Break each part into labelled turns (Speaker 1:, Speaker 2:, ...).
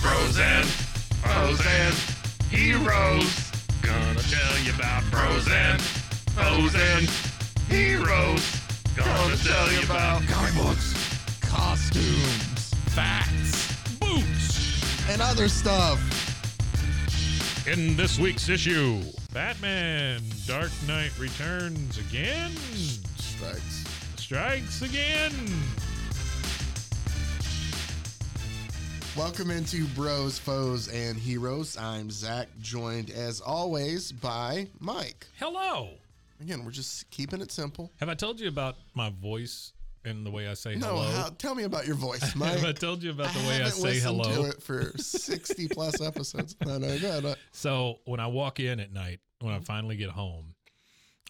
Speaker 1: Frozen, frozen heroes. Gonna tell you about frozen, frozen heroes. Gonna tell you about
Speaker 2: comic books, costumes, facts, boots, and other stuff.
Speaker 3: In this week's issue, Batman Dark Knight returns again,
Speaker 2: Strikes.
Speaker 3: strikes again.
Speaker 2: Welcome into Bros, Foes, and Heroes. I'm Zach, joined as always by Mike.
Speaker 3: Hello.
Speaker 2: Again, we're just keeping it simple.
Speaker 3: Have I told you about my voice and the way I say
Speaker 2: No,
Speaker 3: hello?
Speaker 2: how, tell me about your voice, Mike.
Speaker 3: Have I told you about the way I
Speaker 2: haven't
Speaker 3: say
Speaker 2: listened
Speaker 3: hello?
Speaker 2: To it for sixty plus episodes. No, no, go ahead.
Speaker 3: So when I walk in at night, when
Speaker 2: Mm.
Speaker 3: I finally get home,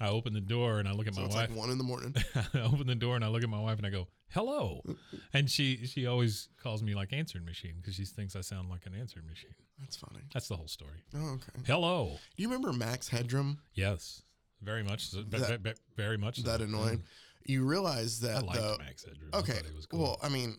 Speaker 3: I open the door and I look at
Speaker 2: So
Speaker 3: my
Speaker 2: it's
Speaker 3: wife.
Speaker 2: like one in the morning.
Speaker 3: I open the door and I look at my wife and I go, "Hello," and she she always calls me like answering machine because she thinks I sound like an answering machine.
Speaker 2: That's funny.
Speaker 3: That's the whole story.
Speaker 2: Oh, okay.
Speaker 3: Hello.
Speaker 2: Do you remember Max Hedrum?
Speaker 3: Yes, very much. So, ve-
Speaker 2: That-
Speaker 3: ve- ve- very much. so. mm.
Speaker 2: That annoying. You realize
Speaker 3: I
Speaker 2: that
Speaker 3: liked
Speaker 2: though.
Speaker 3: Max Edrew. I
Speaker 2: Okay.
Speaker 3: thought he was cool.
Speaker 2: Well, I mean,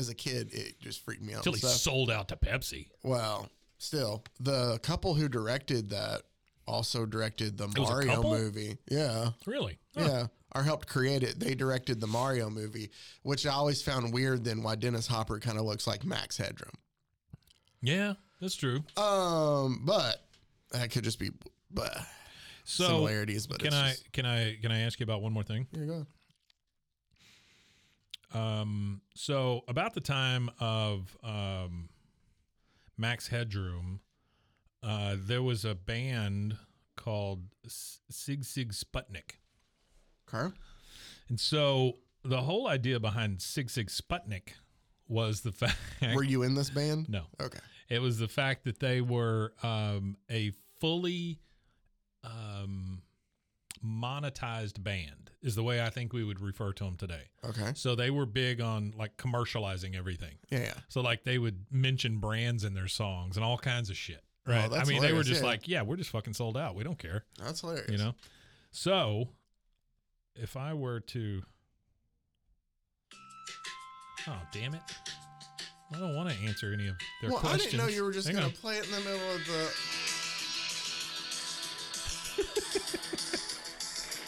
Speaker 2: as a kid, it just freaked me out.
Speaker 3: Until
Speaker 2: and
Speaker 3: he
Speaker 2: stuff.
Speaker 3: sold out to Pepsi.
Speaker 2: Well, still, the couple who directed that also directed the
Speaker 3: was a
Speaker 2: Mario
Speaker 3: couple?
Speaker 2: movie. Yeah.
Speaker 3: Really? Huh.
Speaker 2: Yeah. Or helped create it. They directed the Mario movie, which I always found weird then why Dennis Hopper kind of looks like Max Headroom.
Speaker 3: Yeah, that's true.
Speaker 2: Um, but that could just be but
Speaker 3: So
Speaker 2: similarities, but
Speaker 3: can
Speaker 2: it's
Speaker 3: I
Speaker 2: just-
Speaker 3: can I can I ask you about one more thing?
Speaker 2: Here you go.
Speaker 3: Um, so about the time of um, Max Headroom, uh, there was a band called S- Sig Sig Sputnik,
Speaker 2: Carl?
Speaker 3: and so the whole idea behind Sig Sig Sputnik was the fact.
Speaker 2: Were you in this band?
Speaker 3: no,
Speaker 2: Okay.
Speaker 3: it was the fact that they were um, a fully um, monetized band, is the way I think we would refer to them today.
Speaker 2: Okay.
Speaker 3: So they were big on like commercializing everything.
Speaker 2: Yeah, yeah.
Speaker 3: So like they would mention brands in their songs and all kinds of shit. Right. I
Speaker 2: Oh, that's
Speaker 3: mean, they were
Speaker 2: hilarious,
Speaker 3: just
Speaker 2: yeah.
Speaker 3: like, yeah, we're just fucking sold out. We don't care.
Speaker 2: That's hilarious.
Speaker 3: You know? So if I were to Oh, damn it. I don't want to answer any of their
Speaker 2: Well,
Speaker 3: questions.
Speaker 2: I didn't know you were just
Speaker 3: Hang
Speaker 2: going
Speaker 3: on.
Speaker 2: to play it in the middle of the.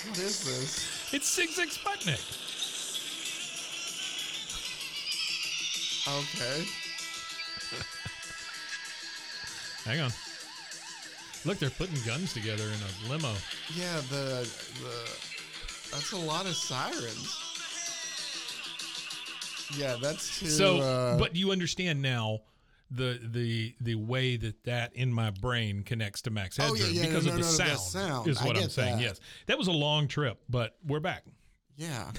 Speaker 2: what is this?
Speaker 3: It's Sig Zig Sputnik.
Speaker 2: Okay.
Speaker 3: Hang on. Look, they're putting guns together in a limo.
Speaker 2: Yeah, the the that's a lot of sirens. Yeah, that's too.
Speaker 3: so
Speaker 2: uh,
Speaker 3: but you understand now the the the way that that in my brain connects to max
Speaker 2: Oh,
Speaker 3: Headroom
Speaker 2: yeah, yeah,
Speaker 3: because
Speaker 2: no,
Speaker 3: of
Speaker 2: no, no, the
Speaker 3: the, sound,
Speaker 2: sound.
Speaker 3: is
Speaker 2: I
Speaker 3: what i'm
Speaker 2: get
Speaker 3: saying
Speaker 2: that.
Speaker 3: yes that was a long trip but we're back
Speaker 2: yeah,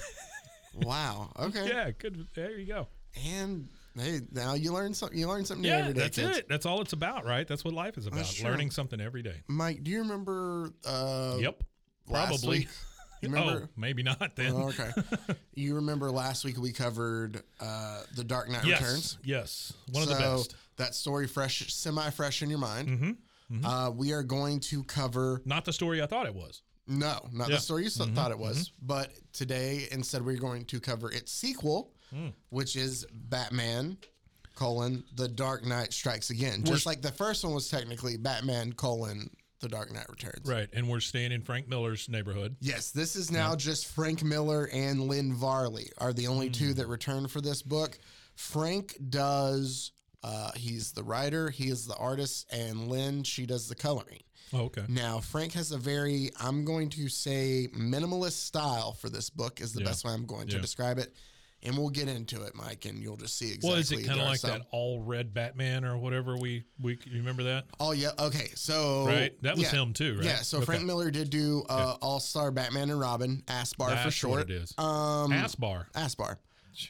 Speaker 2: wow. Okay.
Speaker 3: yeah good there you go
Speaker 2: And hey, now you learn something. You learn something new
Speaker 3: yeah
Speaker 2: every day.
Speaker 3: that's
Speaker 2: kids.
Speaker 3: it that's all it's about right that's what life is about
Speaker 2: true.
Speaker 3: learning something every day
Speaker 2: Mike, do you remember? Uh,
Speaker 3: yep
Speaker 2: last
Speaker 3: probably
Speaker 2: week? You remember?
Speaker 3: oh maybe not then
Speaker 2: Oh, okay. you remember last week we covered uh, the Dark Knight
Speaker 3: yes
Speaker 2: Returns?
Speaker 3: yes one
Speaker 2: so
Speaker 3: of the best
Speaker 2: That story fresh, semi fresh in your mind.
Speaker 3: Mhm.
Speaker 2: Uh, we are going to cover
Speaker 3: not the story i thought it was
Speaker 2: no, not
Speaker 3: Yeah. Mm-hmm.
Speaker 2: the story you s- thought it was, but today instead we're going to cover its sequel,
Speaker 3: Mm.
Speaker 2: which is Batman colon The Dark Knight Strikes Again. Just like the first one was technically Batman colon The Dark Knight Returns.
Speaker 3: Right. And we're staying in Frank Miller's neighborhood.
Speaker 2: Yes, this is now just Frank Miller and Lynn Varley are the only
Speaker 3: Mm.
Speaker 2: two that return for this book. Frank does. Uh, he's the writer, he is the artist, and Lynn, she does the coloring.
Speaker 3: Oh, okay.
Speaker 2: Now, Frank has a very, I'm going to say, minimalist style for this book, is the
Speaker 3: Yeah.
Speaker 2: best way I'm going to
Speaker 3: Yeah.
Speaker 2: describe it. And we'll get into it, Mike, and you'll just see exactly.
Speaker 3: Well, is it kind
Speaker 2: there
Speaker 3: of
Speaker 2: are
Speaker 3: like
Speaker 2: some-
Speaker 3: that all red Batman or whatever we we you remember that?
Speaker 2: Oh, yeah. Okay. So.
Speaker 3: Right? That was
Speaker 2: yeah.
Speaker 3: him too, right?
Speaker 2: Yeah, so
Speaker 3: Okay.
Speaker 2: Frank Miller did do uh, All Star Batman and Robin, Aspar
Speaker 3: That's
Speaker 2: for short.
Speaker 3: What it is.
Speaker 2: Um,
Speaker 3: Ass bar.
Speaker 2: Aspar.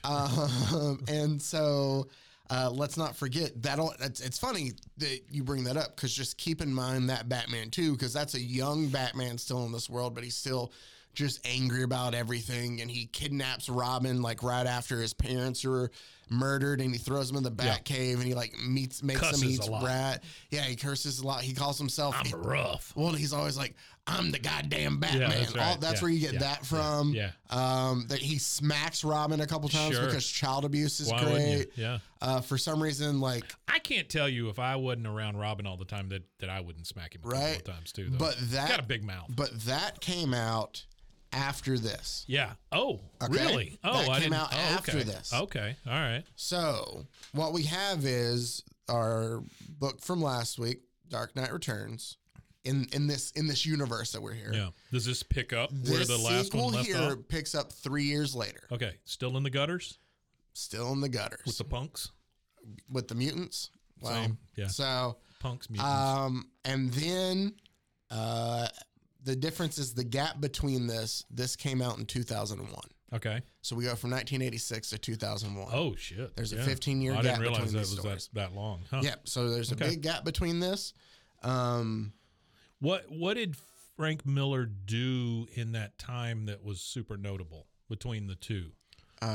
Speaker 2: Um, and so uh, let's not forget that'll. It's, it's funny that you bring that up because just keep in mind that Batman too, because that's a young Batman still in this world, but he's still just angry about everything, and he kidnaps Robin like right after his parents are murdered, and he throws him in the
Speaker 3: Yeah.
Speaker 2: Batcave, and he like meets makes
Speaker 3: Cusses
Speaker 2: him eat
Speaker 3: a lot.
Speaker 2: rat. Yeah, he curses a lot. He calls himself.
Speaker 3: I'm rough.
Speaker 2: well, he's always like, "I'm the goddamn Batman."
Speaker 3: that's
Speaker 2: that's
Speaker 3: right.
Speaker 2: that's
Speaker 3: Yeah,
Speaker 2: where you get
Speaker 3: yeah,
Speaker 2: that
Speaker 3: yeah,
Speaker 2: from.
Speaker 3: yeah.
Speaker 2: Um, that he smacks Robin a couple times
Speaker 3: Sure.
Speaker 2: because child abuse is
Speaker 3: Why wouldn't you?
Speaker 2: great.
Speaker 3: Yeah.
Speaker 2: Uh, for some reason, like,
Speaker 3: I can't tell you if I wasn't around Robin all the time that, that I wouldn't smack him a couple
Speaker 2: Right.
Speaker 3: of times too. Though.
Speaker 2: But that-
Speaker 3: got a big mouth.
Speaker 2: but that came out after this.
Speaker 3: yeah. Oh,
Speaker 2: Okay.
Speaker 3: really? Oh,
Speaker 2: That
Speaker 3: I
Speaker 2: came
Speaker 3: didn't,
Speaker 2: out
Speaker 3: oh,
Speaker 2: after
Speaker 3: okay.
Speaker 2: this.
Speaker 3: Okay. All right.
Speaker 2: So what we have is our book from last week, Dark Knight Returns. In, in this in this universe that we're here,
Speaker 3: Yeah. Does this pick up where
Speaker 2: this
Speaker 3: the last
Speaker 2: sequel
Speaker 3: one left
Speaker 2: here
Speaker 3: off?
Speaker 2: picks up three years later,
Speaker 3: Okay. Still in the gutters
Speaker 2: still in the gutters
Speaker 3: with the punks.
Speaker 2: with the mutants. Wow.
Speaker 3: Same. Yeah.
Speaker 2: So
Speaker 3: Punks mutants.
Speaker 2: Um, and then uh, the difference is the gap between this. This came out in 2001,
Speaker 3: okay.
Speaker 2: so we go from 1986 to 2001.
Speaker 3: Oh shit.
Speaker 2: there's a
Speaker 3: Yeah.
Speaker 2: 15-year
Speaker 3: I
Speaker 2: gap
Speaker 3: didn't realize
Speaker 2: between
Speaker 3: that
Speaker 2: these
Speaker 3: was that,
Speaker 2: stories.
Speaker 3: that long. Huh?
Speaker 2: yep. So there's a
Speaker 3: Okay.
Speaker 2: big gap between this. Um,
Speaker 3: What What did Frank Miller do in that time that was super notable between the two?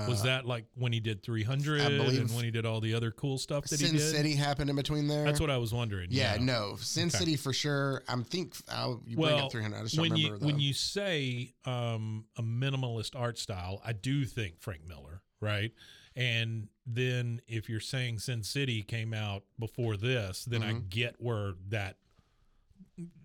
Speaker 3: was that like when he did 300
Speaker 2: Uh, I believe
Speaker 3: and when he did all the other cool stuff that he
Speaker 2: Sin
Speaker 3: did?
Speaker 2: City happened in between there.
Speaker 3: That's what I was wondering.
Speaker 2: Yeah, no, Sin
Speaker 3: Okay.
Speaker 2: City for sure. I'm think I'll, you bring
Speaker 3: Well,
Speaker 2: up 300. I just don't
Speaker 3: when
Speaker 2: remember
Speaker 3: you
Speaker 2: though.
Speaker 3: when you say um, a minimalist art style, I do think Frank Miller, right? And then if you're saying Sin City came out before this, then I
Speaker 2: Mm-hmm.
Speaker 3: get where that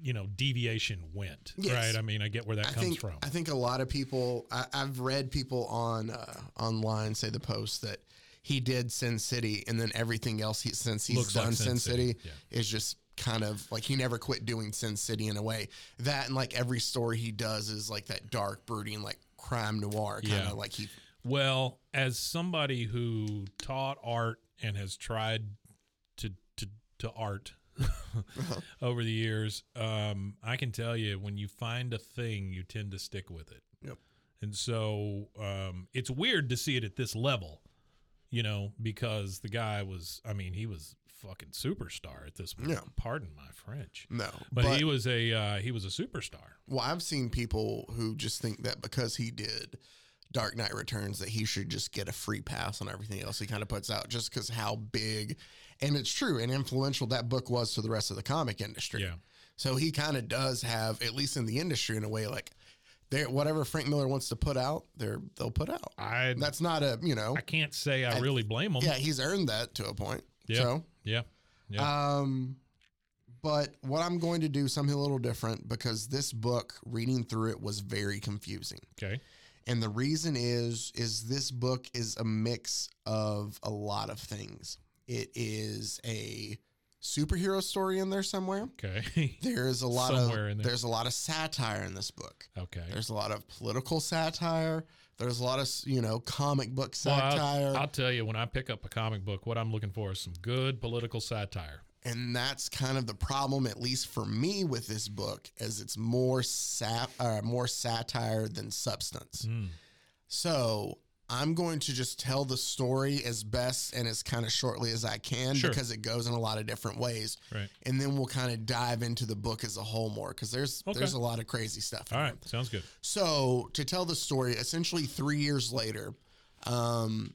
Speaker 3: you know deviation went,
Speaker 2: Yes.
Speaker 3: right? I mean, I get where that
Speaker 2: I
Speaker 3: comes
Speaker 2: think
Speaker 3: from.
Speaker 2: I think a lot of people I, I've read people on uh, online say the post that he did Sin City and then everything else he, since he's
Speaker 3: Looks like
Speaker 2: done
Speaker 3: Sin
Speaker 2: Sin
Speaker 3: City,
Speaker 2: City, is just kind of like he never quit doing Sin City in a way that and like every story he does is like that dark brooding like crime noir kind of
Speaker 3: Yeah.
Speaker 2: like he
Speaker 3: Well, as somebody who taught art and has tried to to, to art over the years, um, I can tell you when you find a thing, you tend to stick with it.
Speaker 2: Yep.
Speaker 3: And so um, it's weird to see it at this level, you know, because the guy was, I mean, he was fucking superstar at this point.
Speaker 2: Yeah. Mm,
Speaker 3: Pardon my French.
Speaker 2: no
Speaker 3: But, he was a uh, he was a superstar.
Speaker 2: Well, I've seen people who just think that because he did Dark Knight Returns that he should just get a free pass on everything else he kind of puts out just because how big and it's true and influential that book was to the rest of the comic industry.
Speaker 3: Yeah.
Speaker 2: So he kind of does have, at least in the industry, in a way, like they whatever Frank Miller wants to put out, they're they'll put out.
Speaker 3: I
Speaker 2: That's not a you know,
Speaker 3: I can't say I really blame him.
Speaker 2: yeah, he's earned that to a point.
Speaker 3: Yeah.
Speaker 2: So
Speaker 3: yeah. Yeah.
Speaker 2: um, but what I'm going to do something a little different because this book, reading through it, was very confusing,
Speaker 3: Okay.
Speaker 2: and the reason is is this book is a mix of a lot of things. It is a superhero story in there somewhere.
Speaker 3: Okay.
Speaker 2: There is a lot
Speaker 3: Somewhere in
Speaker 2: of
Speaker 3: there.
Speaker 2: there's a lot of satire in this book.
Speaker 3: okay.
Speaker 2: There's a lot of political satire. There's a lot of you know comic book
Speaker 3: Well, I'll-
Speaker 2: satire,
Speaker 3: I'll, tell you, when I pick up a comic book, what I'm looking for is some good political satire.
Speaker 2: and that's kind of the problem at least for me with this book is it's more sap uh, more satire than substance
Speaker 3: Hmm.
Speaker 2: so i'm going to just tell the story as best and as kind of shortly as i can
Speaker 3: Sure.
Speaker 2: because it goes in a lot of different ways
Speaker 3: Right.
Speaker 2: and then we'll kind of dive into the book as a whole more because there's
Speaker 3: Okay.
Speaker 2: there's a lot of crazy stuff in
Speaker 3: All
Speaker 2: it.
Speaker 3: right. Sounds good.
Speaker 2: So to tell the story, essentially three years later, um,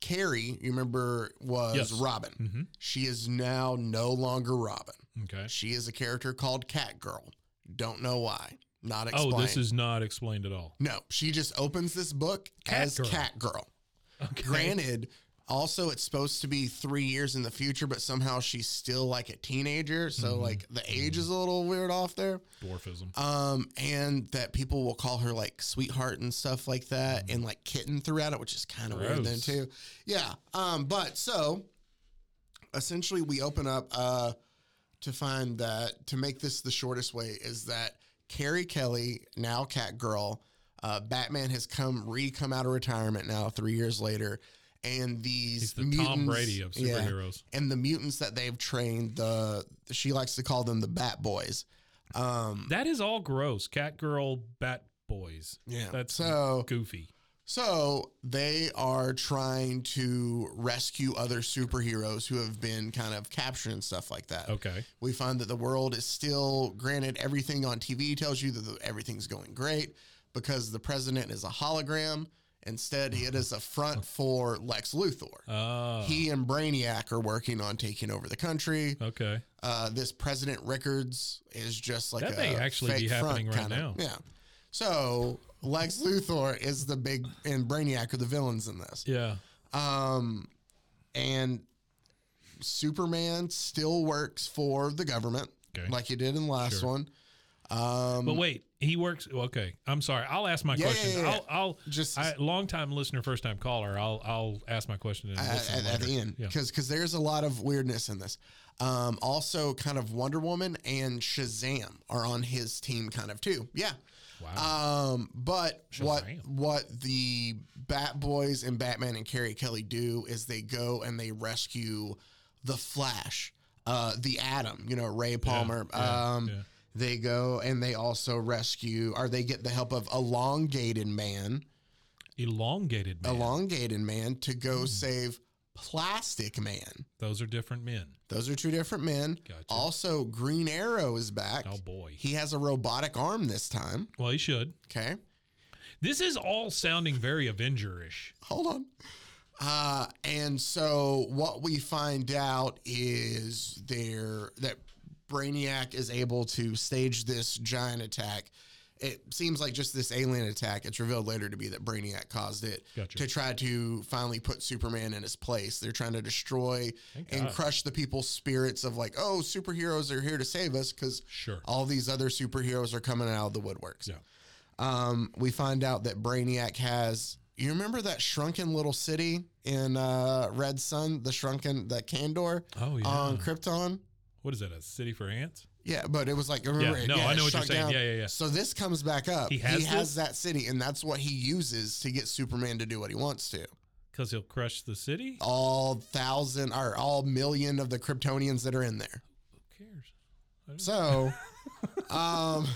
Speaker 2: Carrie, you remember, was
Speaker 3: Yes. Mm-hmm.
Speaker 2: Robin. She is now no longer Robin.
Speaker 3: Okay.
Speaker 2: She is a character called Catgirl. Don't know why. Not explained.
Speaker 3: Oh, this is not explained at all.
Speaker 2: no. She just opens this book as
Speaker 3: Catgirl.
Speaker 2: Catgirl.
Speaker 3: Okay.
Speaker 2: Granted, Also, it's supposed to be three years in the future, but somehow she's still like a teenager. So
Speaker 3: Mm-hmm.
Speaker 2: like the age is a little weird off there.
Speaker 3: Dwarfism.
Speaker 2: Um, and that people will call her like sweetheart and stuff like that, and like kitten throughout it, which is kind of weird then
Speaker 3: Mm-hmm. Gross.
Speaker 2: too. Yeah. Um, but so essentially we open up uh to find that to make this the shortest way is that Carrie Kelly, now Cat Girl, uh, Batman has come re come out of retirement now three years later. And these
Speaker 3: He's the Tom
Speaker 2: mutants-
Speaker 3: Brady of
Speaker 2: yeah
Speaker 3: superheroes.
Speaker 2: and the mutants that they've trained the she likes to call them the bat boys um
Speaker 3: That is all gross. Cat girl, bat boys.
Speaker 2: Yeah.
Speaker 3: That's
Speaker 2: So-
Speaker 3: goofy.
Speaker 2: so they are trying to rescue other superheroes who have been kind of captured and stuff like that
Speaker 3: Okay.
Speaker 2: we find that the world is still granted everything on tv tells you that the, everything's going great because the president is a hologram instead it is a front for lex luthor
Speaker 3: Oh.
Speaker 2: he and brainiac are working on taking over the country
Speaker 3: okay.
Speaker 2: uh, this President Records is just like
Speaker 3: That
Speaker 2: a
Speaker 3: may actually
Speaker 2: fake
Speaker 3: be happening
Speaker 2: front
Speaker 3: right
Speaker 2: kinda.
Speaker 3: now.
Speaker 2: Yeah. So Lex Luthor is the big and Brainiac are the villains in this.
Speaker 3: Yeah.
Speaker 2: Um, and Superman still works for the government,
Speaker 3: Okay.
Speaker 2: like he did in the last
Speaker 3: Sure.
Speaker 2: one. Um,
Speaker 3: But wait, he works. Okay, I'm sorry. I'll ask my
Speaker 2: Yeah, yeah,
Speaker 3: question.
Speaker 2: yeah, yeah.
Speaker 3: I'll, I'll
Speaker 2: Just-
Speaker 3: just I, long time listener, first time caller. I'll I'll ask my question and
Speaker 2: at,
Speaker 3: listen
Speaker 2: at, at the
Speaker 3: later.
Speaker 2: end
Speaker 3: Yeah.
Speaker 2: because there's a lot of weirdness in this. Um, also, kind of Wonder Woman and Shazam are on his team, kind of too. Yeah.
Speaker 3: Wow.
Speaker 2: Um, but what
Speaker 3: Shazam.
Speaker 2: what the Bat Boys and Batman and Carrie Kelly do is they go and they rescue the Flash, uh, the Atom, you know, Ray Palmer.
Speaker 3: yeah,
Speaker 2: um,
Speaker 3: yeah.
Speaker 2: They go and they also rescue, or they get the help of Elongated Man,
Speaker 3: Elongated man. Hmm.
Speaker 2: Elongated Man, to go save Plastic Man.
Speaker 3: Those are different men.
Speaker 2: Those are two different men.
Speaker 3: Gotcha.
Speaker 2: Also, Green Arrow is back.
Speaker 3: Oh boy.
Speaker 2: He has a robotic arm this time.
Speaker 3: Well, he should.
Speaker 2: Okay.
Speaker 3: This is all sounding very Avenger-ish.
Speaker 2: hold on. Uh, and so what we find out is there that Brainiac is able to stage this giant attack. It seems like just this alien attack. It's revealed later to be that Brainiac caused it
Speaker 3: Gotcha.
Speaker 2: to try to finally put Superman in his place. They're trying to destroy
Speaker 3: Thank
Speaker 2: and
Speaker 3: God.
Speaker 2: crush the people's spirits of like, oh, superheroes are here to save us because
Speaker 3: Sure.
Speaker 2: all these other superheroes are coming out of the woodworks.
Speaker 3: Yeah.
Speaker 2: Um, we find out that Brainiac has. You remember that shrunken little city in uh, Red Sun, the shrunken, the Candor
Speaker 3: Oh yeah.
Speaker 2: on Krypton?
Speaker 3: what is that? A city for ants?
Speaker 2: Yeah, but it was like, remember,
Speaker 3: Yeah,
Speaker 2: it-
Speaker 3: no, I
Speaker 2: it
Speaker 3: know what
Speaker 2: shrunk
Speaker 3: you're saying. Yeah, yeah, yeah.
Speaker 2: So this comes back up.
Speaker 3: He has this?
Speaker 2: that city, and that's what he uses to get Superman to do what he wants to.
Speaker 3: Because he'll crush the city.
Speaker 2: All thousand or all million of the Kryptonians that are in there.
Speaker 3: Who cares?
Speaker 2: So, um,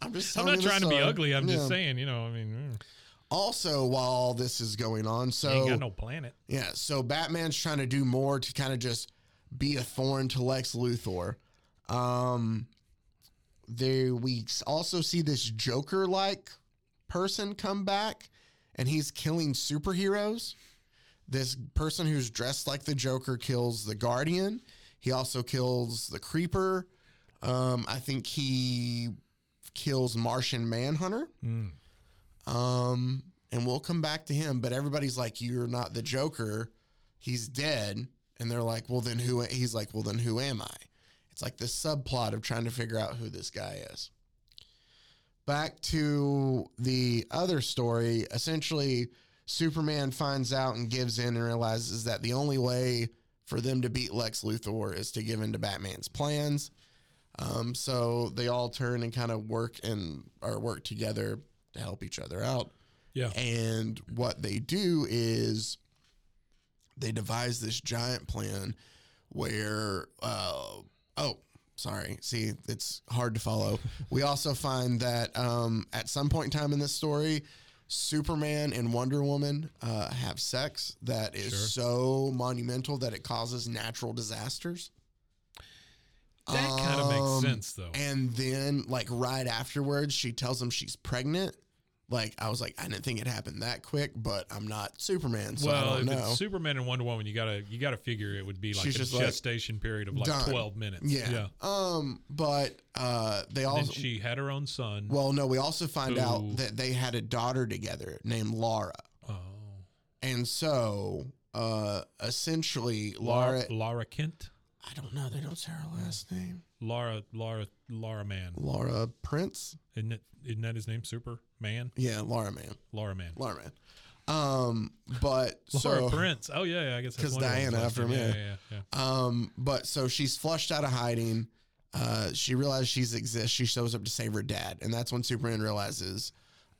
Speaker 2: I'm just.
Speaker 3: I'm
Speaker 2: telling you
Speaker 3: not
Speaker 2: the
Speaker 3: trying to be
Speaker 2: story.
Speaker 3: ugly. I'm
Speaker 2: Yeah.
Speaker 3: just saying. You know. I mean, mm,
Speaker 2: Also, while all this is going on, so
Speaker 3: you ain't got no planet.
Speaker 2: Yeah, so Batman's trying to do more to kind of just be a thorn to Lex Luthor. Um there we s- also see this Joker like person come back and he's killing superheroes. This person who's dressed like the Joker kills the Guardian. He also kills the Creeper. Um, I think he kills Martian Manhunter.
Speaker 3: Mm.
Speaker 2: Um, and we'll come back to him, but everybody's like, "You're not the Joker. He's dead." And they're like, "Well, then who?" He's like, "Well, then who am I?" It's like this subplot of trying to figure out who this guy is. Back to the other story. Essentially, Superman finds out and gives in and realizes that the only way for them to beat Lex Luthor is to give in to Batman's plans. Um, so they all turn and kind of work and or work together to help each other out.
Speaker 3: Yeah.
Speaker 2: And what they do is they devise this giant plan where, uh, oh, sorry. See, it's hard to follow. we also find that um, at some point in time in this story, Superman and Wonder Woman uh, have sex that is
Speaker 3: Sure.
Speaker 2: so monumental that it causes natural disasters.
Speaker 3: That kind of makes
Speaker 2: Um,
Speaker 3: sense, though.
Speaker 2: And then, like right afterwards, she tells him she's pregnant. Like I was like, I didn't think it happened that quick, but I'm not Superman, so
Speaker 3: well,
Speaker 2: I
Speaker 3: if
Speaker 2: don't know.
Speaker 3: it's Superman and Wonder Woman, you gotta you gotta figure it would be like
Speaker 2: She's
Speaker 3: a
Speaker 2: just like,
Speaker 3: gestation period of like
Speaker 2: done.
Speaker 3: twelve minutes.
Speaker 2: yeah.
Speaker 3: yeah.
Speaker 2: Um, but uh, they
Speaker 3: Then
Speaker 2: also
Speaker 3: she had her own son.
Speaker 2: well, no, we also find
Speaker 3: Who-
Speaker 2: out that they had a daughter together named Laura,
Speaker 3: oh,
Speaker 2: and so uh, essentially Laura.
Speaker 3: Laura Laura Kent,
Speaker 2: I don't know. They don't say her last name.
Speaker 3: Laura Laura Laura Man.
Speaker 2: Laura Prince.
Speaker 3: Isn't it, isn't that his name? Superman,
Speaker 2: Yeah, Laura Man.
Speaker 3: Laura Man,
Speaker 2: Laura Man. Um, but
Speaker 3: Laura
Speaker 2: so
Speaker 3: Prince. Oh yeah, yeah I guess that's
Speaker 2: 'Cause
Speaker 3: Wonder Woman's
Speaker 2: Diana
Speaker 3: last
Speaker 2: after
Speaker 3: name.
Speaker 2: me.
Speaker 3: Yeah, yeah, yeah.
Speaker 2: Um, but so she's flushed out of hiding. Uh, she realizes she's exists. She shows up to save her dad, and that's when Superman realizes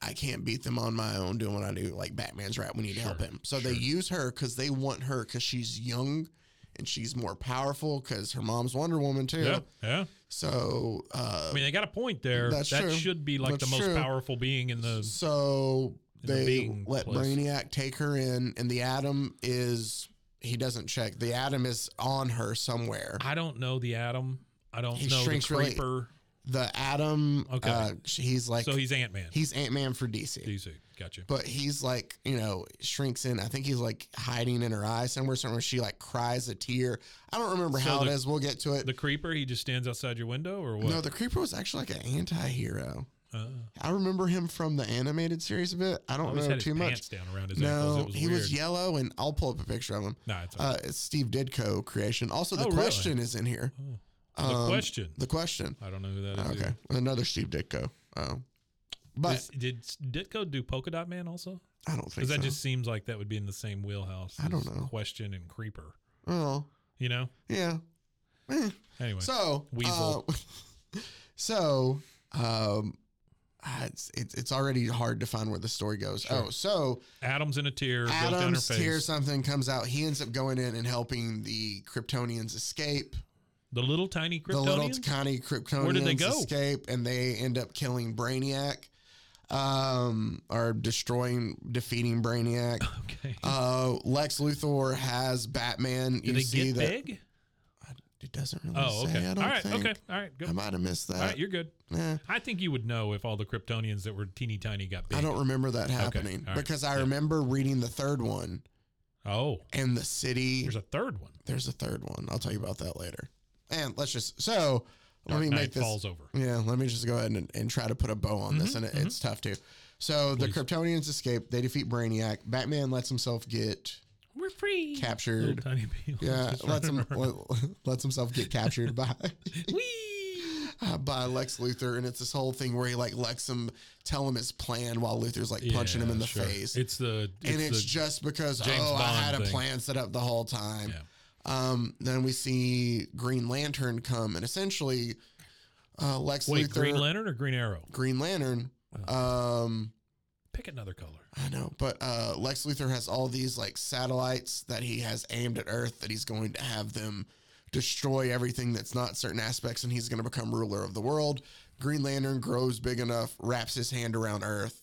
Speaker 2: I can't beat them on my own doing what I do. Like Batman's right, we need to help
Speaker 3: Sure,
Speaker 2: him. So they
Speaker 3: sure.
Speaker 2: use her because they want her because she's young and she's more powerful because her mom's Wonder Woman too.
Speaker 3: yeah, yeah, yeah.
Speaker 2: So uh,
Speaker 3: I mean, they got a point there.
Speaker 2: That's
Speaker 3: that
Speaker 2: true.
Speaker 3: should be like
Speaker 2: That's
Speaker 3: the most
Speaker 2: true.
Speaker 3: powerful being in the.
Speaker 2: so
Speaker 3: In the
Speaker 2: they
Speaker 3: being
Speaker 2: let
Speaker 3: place.
Speaker 2: Brainiac take her in, and the Atom is he doesn't check. The Atom is on her somewhere.
Speaker 3: I don't know the Atom. I don't
Speaker 2: He
Speaker 3: know the
Speaker 2: shrinks really-
Speaker 3: Creeper.
Speaker 2: The Atom,
Speaker 3: Okay.
Speaker 2: uh, sh- he's like
Speaker 3: so he's Ant Man.
Speaker 2: He's Ant Man for DC.
Speaker 3: DC. Gotcha.
Speaker 2: But he's like, you know, shrinks in. I think he's like hiding in her eye somewhere, somewhere she like cries a tear. I don't remember
Speaker 3: So
Speaker 2: how
Speaker 3: the-
Speaker 2: it is. We'll get to it.
Speaker 3: The Creeper. He just stands outside your window, or what?
Speaker 2: no, the creeper was actually like an anti hero.
Speaker 3: uh,
Speaker 2: I remember him from the animated series a bit. I don't
Speaker 3: always
Speaker 2: know
Speaker 3: had his
Speaker 2: too much.
Speaker 3: pants down around his ankles.
Speaker 2: No,
Speaker 3: It was
Speaker 2: he
Speaker 3: weird.
Speaker 2: was yellow, and I'll pull up a picture of him.
Speaker 3: Nah, it's all
Speaker 2: Uh,
Speaker 3: right.
Speaker 2: it's Steve Ditko creation. Also, the
Speaker 3: Oh, really? Oh.
Speaker 2: question is in here.
Speaker 3: the
Speaker 2: um,
Speaker 3: question.
Speaker 2: The question.
Speaker 3: I don't know who that is.
Speaker 2: Okay,
Speaker 3: either.
Speaker 2: Oh, another Steve Ditko. Oh, but
Speaker 3: Is- did Ditko do Polka Dot Man also?
Speaker 2: I don't think
Speaker 3: Because that
Speaker 2: so.
Speaker 3: just seems like that would be in the same wheelhouse.
Speaker 2: I don't
Speaker 3: as
Speaker 2: know.
Speaker 3: Question and Creeper.
Speaker 2: oh,
Speaker 3: You know.
Speaker 2: yeah. Eh.
Speaker 3: Anyway.
Speaker 2: So
Speaker 3: Weasel.
Speaker 2: uh, so um, ah, it's, it's it's already hard to find where the story goes. Oh, so
Speaker 3: Adam's in a tear. goes down her
Speaker 2: Adams
Speaker 3: face.
Speaker 2: hears something, comes out. He ends up going in and helping the Kryptonians escape.
Speaker 3: The little tiny Kryptonian.
Speaker 2: The little tiny Kryptonians
Speaker 3: Where did they go?
Speaker 2: escape, and they end up killing Brainiac, um, or destroying, defeating Brainiac.
Speaker 3: okay.
Speaker 2: Uh, Lex Luthor has Batman.
Speaker 3: Do
Speaker 2: you
Speaker 3: they
Speaker 2: see
Speaker 3: get
Speaker 2: that?
Speaker 3: big?
Speaker 2: It doesn't really
Speaker 3: Oh,
Speaker 2: say.
Speaker 3: okay.
Speaker 2: I
Speaker 3: All
Speaker 2: don't
Speaker 3: right.
Speaker 2: think.
Speaker 3: Okay. All right. Good.
Speaker 2: I might have missed that.
Speaker 3: All right. You're good.
Speaker 2: Eh.
Speaker 3: I think you would know if all the Kryptonians that were teeny tiny got big.
Speaker 2: I don't remember that happening
Speaker 3: all right.
Speaker 2: because I
Speaker 3: Yeah.
Speaker 2: remember reading the third one
Speaker 3: Oh,
Speaker 2: and the city.
Speaker 3: there's
Speaker 2: There's
Speaker 3: a third one.
Speaker 2: a, third one. I'll tell you about that later. And let's just so let
Speaker 3: Dark
Speaker 2: me
Speaker 3: Knight
Speaker 2: make this.
Speaker 3: falls Mm-hmm, over.
Speaker 2: Yeah, let me just go ahead and, and try to put a bow on this, and it, it's tough too. So the Kryptonians escape. They defeat Brainiac. Batman lets himself get
Speaker 3: We're free. Little
Speaker 2: captured.
Speaker 3: tiny people.
Speaker 2: yeah,
Speaker 3: Just
Speaker 2: lets
Speaker 3: running
Speaker 2: him
Speaker 3: around.
Speaker 2: lets himself get captured by
Speaker 3: Whee!
Speaker 2: uh, by Lex Luthor, and it's this whole thing where he like lets him tell him his plan while Luthor's like punching him
Speaker 3: Yeah,
Speaker 2: in the
Speaker 3: sure.
Speaker 2: face.
Speaker 3: It's the
Speaker 2: and it's
Speaker 3: the-
Speaker 2: just because
Speaker 3: James
Speaker 2: oh I
Speaker 3: Bond
Speaker 2: had a
Speaker 3: thing.
Speaker 2: plan set up the whole time.
Speaker 3: Yeah.
Speaker 2: Um, then we see Green Lantern come and essentially uh, Lex
Speaker 3: wait
Speaker 2: Luthor,
Speaker 3: Green Oh. Lantern or Green Arrow.
Speaker 2: Green Lantern. Um,
Speaker 3: Pick another color.
Speaker 2: I know, but uh, Lex Luthor has all these like satellites that he has aimed at Earth that he's going to have them destroy everything that's not certain aspects, and he's going to become ruler of the world. Green Lantern grows big enough, wraps his hand around Earth.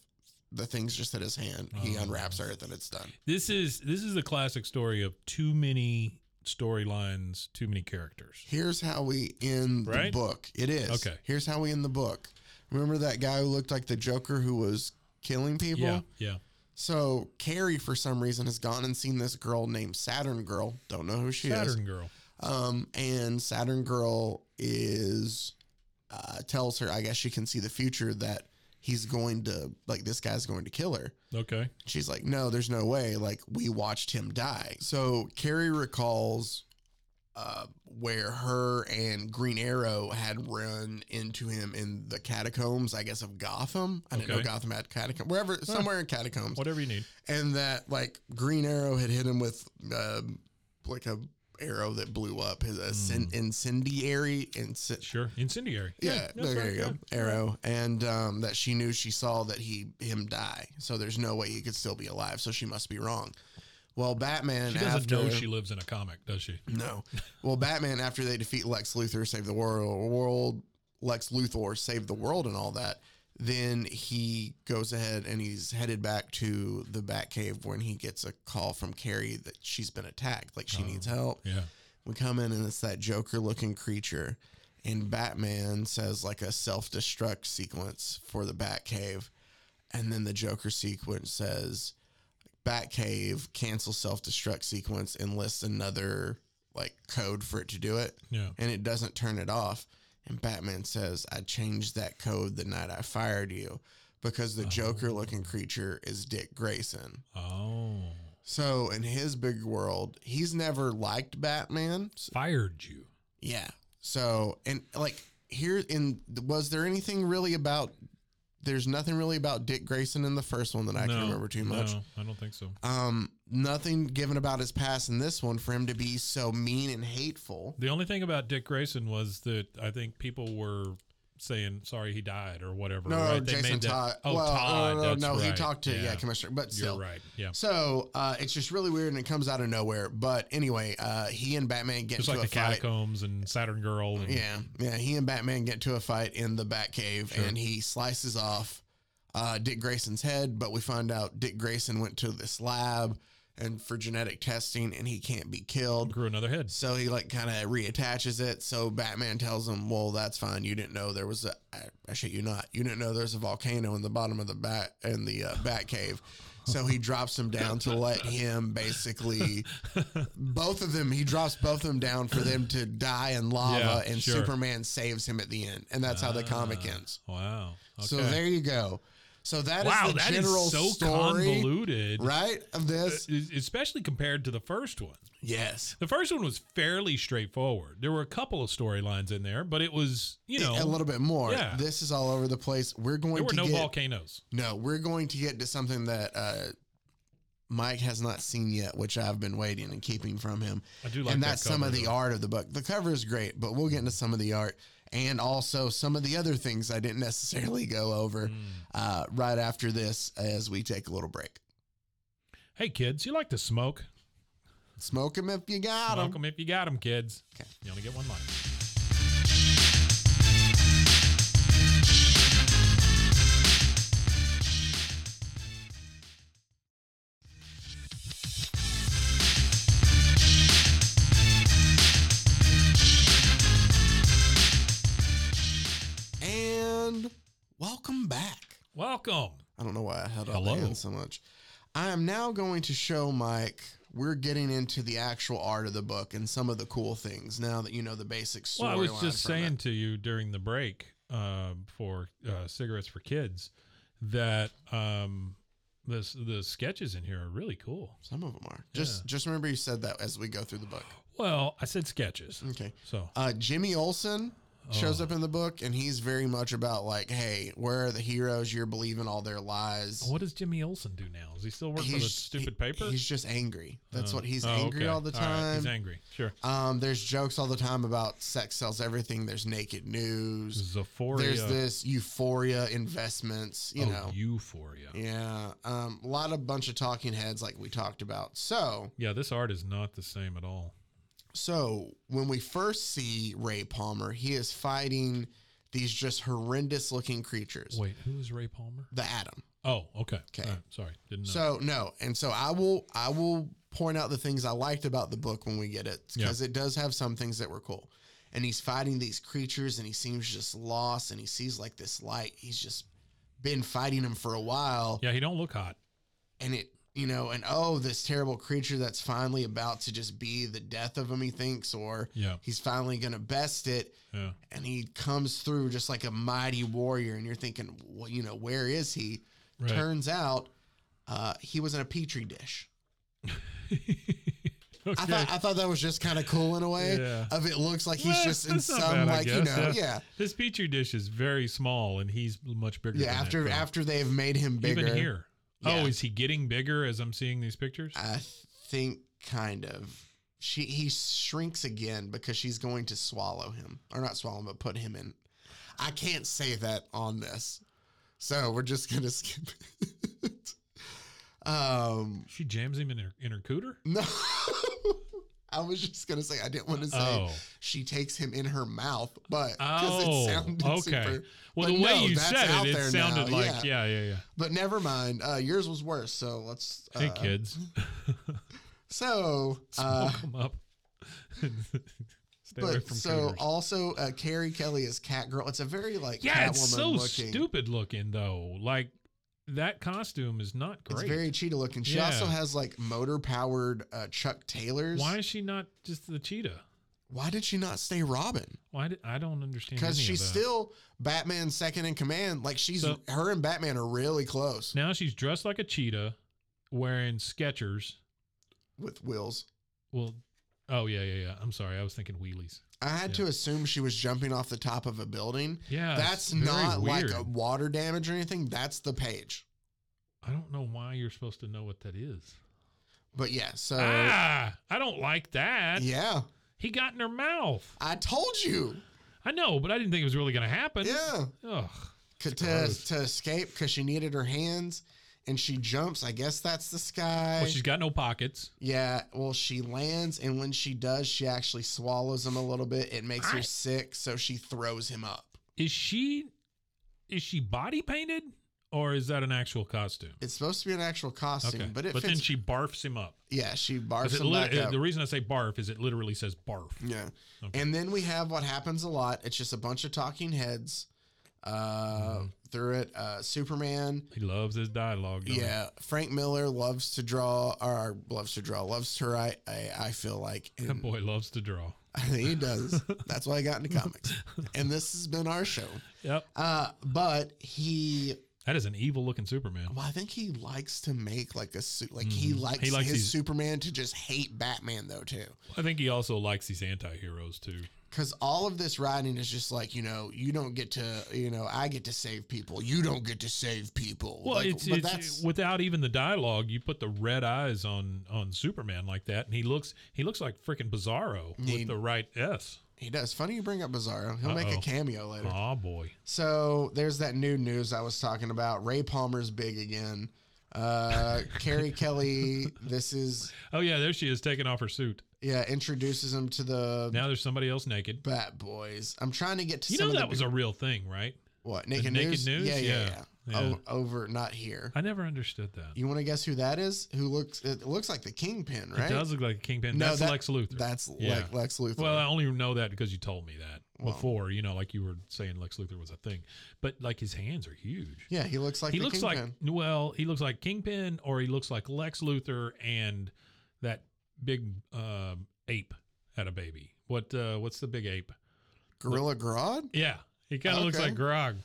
Speaker 2: The thing's just at his hand. He
Speaker 3: Oh.
Speaker 2: unwraps Earth, and it's done.
Speaker 3: This is this is the classic story of too many storylines, too many characters.
Speaker 2: Here's how we end the
Speaker 3: Right?
Speaker 2: book. It is.
Speaker 3: Okay.
Speaker 2: Here's how we end the book. Remember that guy who looked like the Joker who was killing people?
Speaker 3: Yeah, yeah.
Speaker 2: So Carrie, for some reason, has gone and seen this girl named Saturn Girl. Don't know who she is.
Speaker 3: Saturn Girl.
Speaker 2: Um, and Saturn Girl is uh, tells her, I guess she can see the future that he's going to like this guy's going to kill her.
Speaker 3: Okay.
Speaker 2: She's like, no, there's no way. Like, we watched him die. So Carrie recalls uh, where her and Green Arrow had run into him in the catacombs, I guess, of Gotham. I didn't know
Speaker 3: Okay.
Speaker 2: Gotham had catacombs, wherever, somewhere in catacombs.
Speaker 3: Whatever you need.
Speaker 2: And that, like, Green Arrow had hit him with, um, like, a arrow that blew up his
Speaker 3: Hmm.
Speaker 2: incend- incendiary inc-
Speaker 3: Sure. Incendiary.
Speaker 2: yeah,
Speaker 3: that's
Speaker 2: there
Speaker 3: right,
Speaker 2: you go.
Speaker 3: yeah.
Speaker 2: Arrow, and um, that she knew she saw that he him die. So there's no way he could still be alive. So she must be wrong. Well, Batman
Speaker 3: She doesn't
Speaker 2: after
Speaker 3: know she lives in a comic, does she?
Speaker 2: no. Well, Batman after they defeat Lex Luthor, save the world, world Lex Luthor, save the world, and all that. Then he goes ahead and he's headed back to the Batcave when he gets a call from Carrie that she's been attacked, like she needs help.
Speaker 3: Yeah.
Speaker 2: We come in and it's that Joker looking creature. And Batman says like a self destruct sequence for the Batcave. And then the Joker sequence says Batcave, cancel self destruct sequence, and lists another like code for it to do it.
Speaker 3: Yeah.
Speaker 2: And it doesn't turn it off. And Batman says, I changed that code the night I fired you because the Joker looking creature is Dick Grayson.
Speaker 3: Oh.
Speaker 2: So in his big world, he's never liked Batman.
Speaker 3: Fired you.
Speaker 2: Yeah. So and like here in was there anything really about? There's nothing really about Dick Grayson in the first one that I can
Speaker 3: No,
Speaker 2: remember too much.
Speaker 3: No, I don't think so.
Speaker 2: Um, nothing given about his past in this one for him to be so mean and hateful.
Speaker 3: The only thing about Dick Grayson was that I think people were saying sorry he died or whatever.
Speaker 2: No,
Speaker 3: right? They
Speaker 2: Jason
Speaker 3: made that-
Speaker 2: Todd.
Speaker 3: Oh,
Speaker 2: well,
Speaker 3: Todd.
Speaker 2: no, no, no,
Speaker 3: that's
Speaker 2: no, he
Speaker 3: right.
Speaker 2: talked to yeah, Commissioner, but
Speaker 3: You're
Speaker 2: still,
Speaker 3: right. Yeah.
Speaker 2: So uh, it's just really weird, and it comes out of nowhere. But anyway, uh, he and Batman get
Speaker 3: Just
Speaker 2: into
Speaker 3: like the
Speaker 2: a fight.
Speaker 3: catacombs and Saturn Girl. And,
Speaker 2: Yeah, yeah. He and Batman get to a fight in the Batcave,
Speaker 3: Sure.
Speaker 2: and he slices off uh, Dick Grayson's head. But we find out Dick Grayson went to this lab and for genetic testing, and he can't be killed.
Speaker 3: Grew another head.
Speaker 2: So he like kind of reattaches it. So Batman tells him, "Well, that's fine. You didn't know there was a. I, I shit you not. You didn't know there's a volcano in the bottom of the bat in the uh, Bat Cave." So he drops him down to let him basically both of them. He drops both of them down for them to die in lava,
Speaker 3: Yeah,
Speaker 2: and
Speaker 3: sure.
Speaker 2: Superman saves him at the end, and that's how the comic ends.
Speaker 3: Wow. Okay.
Speaker 2: So there you go. So that is
Speaker 3: wow,
Speaker 2: the
Speaker 3: that is
Speaker 2: general
Speaker 3: so
Speaker 2: story,
Speaker 3: convoluted. Uh,
Speaker 2: right? Of this,
Speaker 3: es- Especially compared to the first one.
Speaker 2: yes.
Speaker 3: The first one was fairly straightforward. There were a couple of storylines in there, but it was, you know,
Speaker 2: a little bit more.
Speaker 3: Yeah.
Speaker 2: This is all over the place. We're going
Speaker 3: there were
Speaker 2: to
Speaker 3: no
Speaker 2: get
Speaker 3: volcanoes.
Speaker 2: no. We're going to get to something that uh, Mike has not seen yet, which I've been waiting and keeping from him.
Speaker 3: I do like
Speaker 2: and
Speaker 3: that
Speaker 2: that's some
Speaker 3: cover,
Speaker 2: of the
Speaker 3: though.
Speaker 2: art of the book. The cover is great, but we'll get into some of the art and also some of the other things I didn't necessarily go over
Speaker 3: Mm.
Speaker 2: uh, right after this as we take a little break.
Speaker 3: Hey, kids, you like to smoke?
Speaker 2: Smoke 'em if you got 'em.
Speaker 3: Smoke 'em if you got 'em, kids.
Speaker 2: Okay.
Speaker 3: You only get one life.
Speaker 2: And welcome back.
Speaker 3: Welcome.
Speaker 2: I don't know why I held up
Speaker 3: Hello.
Speaker 2: my hand so much. I am now going to show Mike. We're getting into the actual art of the book and some of the cool things now that you know the basic story.
Speaker 3: Well, I was just saying to you during the break uh, for uh, cigarettes for kids that um, this the sketches in here are really cool.
Speaker 2: some of them are. Just
Speaker 3: Yeah.
Speaker 2: just remember you said that as we go through the book.
Speaker 3: Well, I said sketches.
Speaker 2: Okay.
Speaker 3: So
Speaker 2: Uh, Jimmy Olsen shows
Speaker 3: Oh.
Speaker 2: up in the book, and he's very much about like, hey, where are the heroes? You're believing all their lies.
Speaker 3: what does Jimmy Olsen do now? Is he still working for the stupid
Speaker 2: he-
Speaker 3: paper?
Speaker 2: He's just angry. That's
Speaker 3: Oh.
Speaker 2: what he's
Speaker 3: Oh,
Speaker 2: angry
Speaker 3: okay.
Speaker 2: all the
Speaker 3: All right,
Speaker 2: time.
Speaker 3: He's angry. Sure.
Speaker 2: um, there's jokes all the time about sex sells everything. There's naked news.
Speaker 3: Euphoria.
Speaker 2: There's this euphoria investments, you
Speaker 3: oh,
Speaker 2: know.
Speaker 3: euphoria. Yeah.
Speaker 2: yeah. Um, a lot of bunch of talking heads like we talked about. So,
Speaker 3: this art is not the same at all.
Speaker 2: so when we first see Ray Palmer, he is fighting these just horrendous looking creatures.
Speaker 3: Wait, who is Ray Palmer?
Speaker 2: The Atom.
Speaker 3: Oh, okay.
Speaker 2: Okay.
Speaker 3: All right, sorry, didn't know.
Speaker 2: So, no. And so I will I will point out the things I liked about the book when we get it
Speaker 3: Yeah.
Speaker 2: because it does have some things that were cool. And he's fighting these creatures and he seems just lost and he sees like this light. He's just been fighting them for a while.
Speaker 3: yeah, he don't look hot.
Speaker 2: and it you know and oh this terrible creature that's finally about to just be the death of him he thinks or
Speaker 3: Yeah.
Speaker 2: he's finally gonna best it
Speaker 3: Yeah.
Speaker 2: and he comes through just like a mighty warrior and you're thinking well you know where is he
Speaker 3: Right.
Speaker 2: turns out uh, he was in a petri dish
Speaker 3: Okay.
Speaker 2: I, thought, I thought that was just kind of cool in a way
Speaker 3: Yeah.
Speaker 2: of it looks like he's
Speaker 3: Well,
Speaker 2: just in
Speaker 3: that's not
Speaker 2: some
Speaker 3: bad, I
Speaker 2: like you
Speaker 3: guess.
Speaker 2: know
Speaker 3: Uh,
Speaker 2: yeah
Speaker 3: This petri dish is very small, and he's much bigger.
Speaker 2: yeah,
Speaker 3: than that
Speaker 2: after
Speaker 3: guy.
Speaker 2: after they've made him bigger
Speaker 3: even here.
Speaker 2: Yeah.
Speaker 3: Oh, is he getting bigger as I'm seeing these pictures?
Speaker 2: I think kind of. She he shrinks again because she's going to swallow him, or not swallow him, but put him in. I can't say that on this, so we're just gonna skip it. um,
Speaker 3: she jams him in her in her cooter.
Speaker 2: no, I was just gonna say I didn't want to say
Speaker 3: Oh.
Speaker 2: she takes him in her mouth, but 'cause
Speaker 3: Oh, okay. well,
Speaker 2: but
Speaker 3: the way
Speaker 2: no,
Speaker 3: you
Speaker 2: that's
Speaker 3: said
Speaker 2: out
Speaker 3: it, it
Speaker 2: there
Speaker 3: sounded
Speaker 2: now,
Speaker 3: like yeah, yeah, yeah.
Speaker 2: But never mind. Uh, yours was worse, so let's. Uh,
Speaker 3: Hey, kids,
Speaker 2: So uh,
Speaker 3: smoke 'em up. Stay away
Speaker 2: But
Speaker 3: from
Speaker 2: so
Speaker 3: cooters.
Speaker 2: also uh, Carrie Kelly is Catgirl. It's a very like
Speaker 3: yeah,
Speaker 2: Catwoman
Speaker 3: it's so
Speaker 2: looking.
Speaker 3: stupid looking though. Like that costume is not
Speaker 2: It's
Speaker 3: great.
Speaker 2: very cheetah looking. She
Speaker 3: Yeah.
Speaker 2: also has like motor powered uh, Chuck Taylors.
Speaker 3: Why is she not just the cheetah?
Speaker 2: Why did she not stay Robin?
Speaker 3: Why did, I don't understand
Speaker 2: Because
Speaker 3: any of
Speaker 2: she's
Speaker 3: that.
Speaker 2: still Batman's second in command. Like she's
Speaker 3: So-
Speaker 2: her and Batman are really close.
Speaker 3: now she's dressed like a cheetah, wearing Skechers,
Speaker 2: with wheels.
Speaker 3: Well, oh yeah, yeah, yeah. I'm sorry, I was thinking wheelies.
Speaker 2: I had to assume she was jumping off the top of a building.
Speaker 3: Yeah,
Speaker 2: That's
Speaker 3: it's very
Speaker 2: not like
Speaker 3: weird.
Speaker 2: a water damage or anything. That's the page.
Speaker 3: I don't know why you're supposed to know what that is.
Speaker 2: But yeah, so
Speaker 3: ah, I don't like that.
Speaker 2: Uh, yeah,
Speaker 3: He got in her mouth.
Speaker 2: I told you.
Speaker 3: I know, but I didn't think it was really going to happen.
Speaker 2: Yeah.
Speaker 3: Ugh.
Speaker 2: to,
Speaker 3: gross.
Speaker 2: to, to escape because she needed her hands and she jumps. I guess that's the sky.
Speaker 3: Well, she's got no pockets.
Speaker 2: yeah, well, she lands, and when she does, she actually swallows him a little bit. It makes her
Speaker 3: I-
Speaker 2: sick, so she throws him up.
Speaker 3: Is she? Is she body painted, or is that an actual costume?
Speaker 2: It's supposed to be an actual costume, but it fits.
Speaker 3: then she barfs him up.
Speaker 2: yeah, she
Speaker 3: 'Cause
Speaker 2: barfs
Speaker 3: it
Speaker 2: him
Speaker 3: lit-
Speaker 2: back
Speaker 3: uh,
Speaker 2: up.
Speaker 3: the reason I say barf is it literally says barf.
Speaker 2: yeah,
Speaker 3: Okay.
Speaker 2: and then we have what happens a lot. It's just a bunch of talking heads uh,
Speaker 3: Mm-hmm.
Speaker 2: through it. Uh, Superman.
Speaker 3: He loves his dialogue. don't he?
Speaker 2: Yeah, Frank Miller loves to draw, or loves to draw, loves to write. I, I feel like
Speaker 3: That
Speaker 2: and-
Speaker 3: boy loves to draw.
Speaker 2: he does. That's why I got into comics. And this has been our show.
Speaker 3: Yep.
Speaker 2: Uh, but he,
Speaker 3: That is an evil looking Superman.
Speaker 2: well, I think he likes to make like a suit. Like he
Speaker 3: Mhm.
Speaker 2: likes,
Speaker 3: He likes
Speaker 2: his
Speaker 3: these-
Speaker 2: Superman to just hate Batman though too,
Speaker 3: I think he also likes these anti heroes too.
Speaker 2: because all of this writing is just like you know you don't get to you know I get to save people, you don't get to save people.
Speaker 3: Well,
Speaker 2: Like,
Speaker 3: it's,
Speaker 2: but
Speaker 3: it's
Speaker 2: that's
Speaker 3: without even the dialogue, you put the red eyes on on Superman like that, and he looks he looks like freaking Bizarro
Speaker 2: He-
Speaker 3: with the right S.
Speaker 2: he does. Funny you bring up Bizarro. He'll make a
Speaker 3: Uh-oh.
Speaker 2: cameo later.
Speaker 3: Oh boy,
Speaker 2: So there's that new news I was talking about. Ray Palmer's big again. Uh, Carrie Kelly. This is
Speaker 3: oh yeah, there she is taking off her suit.
Speaker 2: Yeah, introduces him to the
Speaker 3: Now there's somebody else naked.
Speaker 2: Bat Boys. I'm trying to get to
Speaker 3: You
Speaker 2: some
Speaker 3: know
Speaker 2: of
Speaker 3: that
Speaker 2: the
Speaker 3: was a real thing, right?
Speaker 2: what naked,
Speaker 3: Naked
Speaker 2: news?
Speaker 3: News?
Speaker 2: Yeah, yeah, yeah.
Speaker 3: Yeah, yeah.
Speaker 2: O- over, not here.
Speaker 3: I never understood that.
Speaker 2: You want to guess who that is? Who looks? It looks like the Kingpin, right?
Speaker 3: It does look like a kingpin.
Speaker 2: No,
Speaker 3: that's
Speaker 2: that-
Speaker 3: Lex Luthor.
Speaker 2: That's
Speaker 3: Yeah.
Speaker 2: like Lex Luthor.
Speaker 3: Well, I only know that because you told me that
Speaker 2: Well.
Speaker 3: before. You know, like you were saying, Lex Luthor was a thing, but like his hands are huge.
Speaker 2: yeah, he looks like
Speaker 3: he
Speaker 2: the
Speaker 3: looks
Speaker 2: Kingpin.
Speaker 3: like well, he looks like Kingpin, or he looks like Lex Luthor and that big um, ape had a baby. What uh, what's the big ape?
Speaker 2: Gorilla Grodd.
Speaker 3: Yeah, he kind of looks
Speaker 2: Okay.
Speaker 3: like Grog,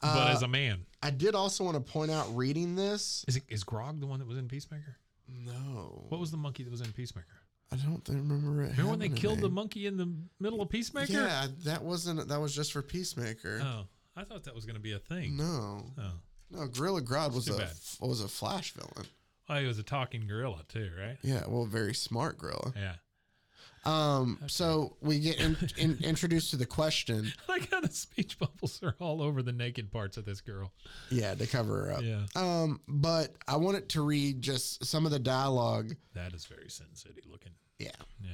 Speaker 3: but
Speaker 2: Uh,
Speaker 3: as a man.
Speaker 2: I did also want to point out reading this.
Speaker 3: Is it, is Grog the one that was in Peacemaker?
Speaker 2: No,
Speaker 3: What was the monkey that was in Peacemaker?
Speaker 2: I don't th- remember it.
Speaker 3: Remember when they
Speaker 2: having a
Speaker 3: killed the
Speaker 2: name.
Speaker 3: monkey in the middle of Peacemaker?
Speaker 2: Yeah, that wasn't. That was just for Peacemaker.
Speaker 3: Oh, I thought that was going to be a thing.
Speaker 2: No,
Speaker 3: Oh.
Speaker 2: no, Gorilla Grodd was
Speaker 3: Too
Speaker 2: a
Speaker 3: bad.
Speaker 2: f- was a Flash villain.
Speaker 3: Oh, he was a talking gorilla too, right?
Speaker 2: Yeah, well, very smart gorilla.
Speaker 3: Yeah.
Speaker 2: Um, so we get in, in, introduced to the question.
Speaker 3: Like how the speech bubbles are all over the naked parts of this girl.
Speaker 2: Yeah, to cover her up.
Speaker 3: Yeah.
Speaker 2: Um, but I wanted to read just some of the dialogue.
Speaker 3: That is very Sin City looking.
Speaker 2: Yeah,
Speaker 3: Yeah.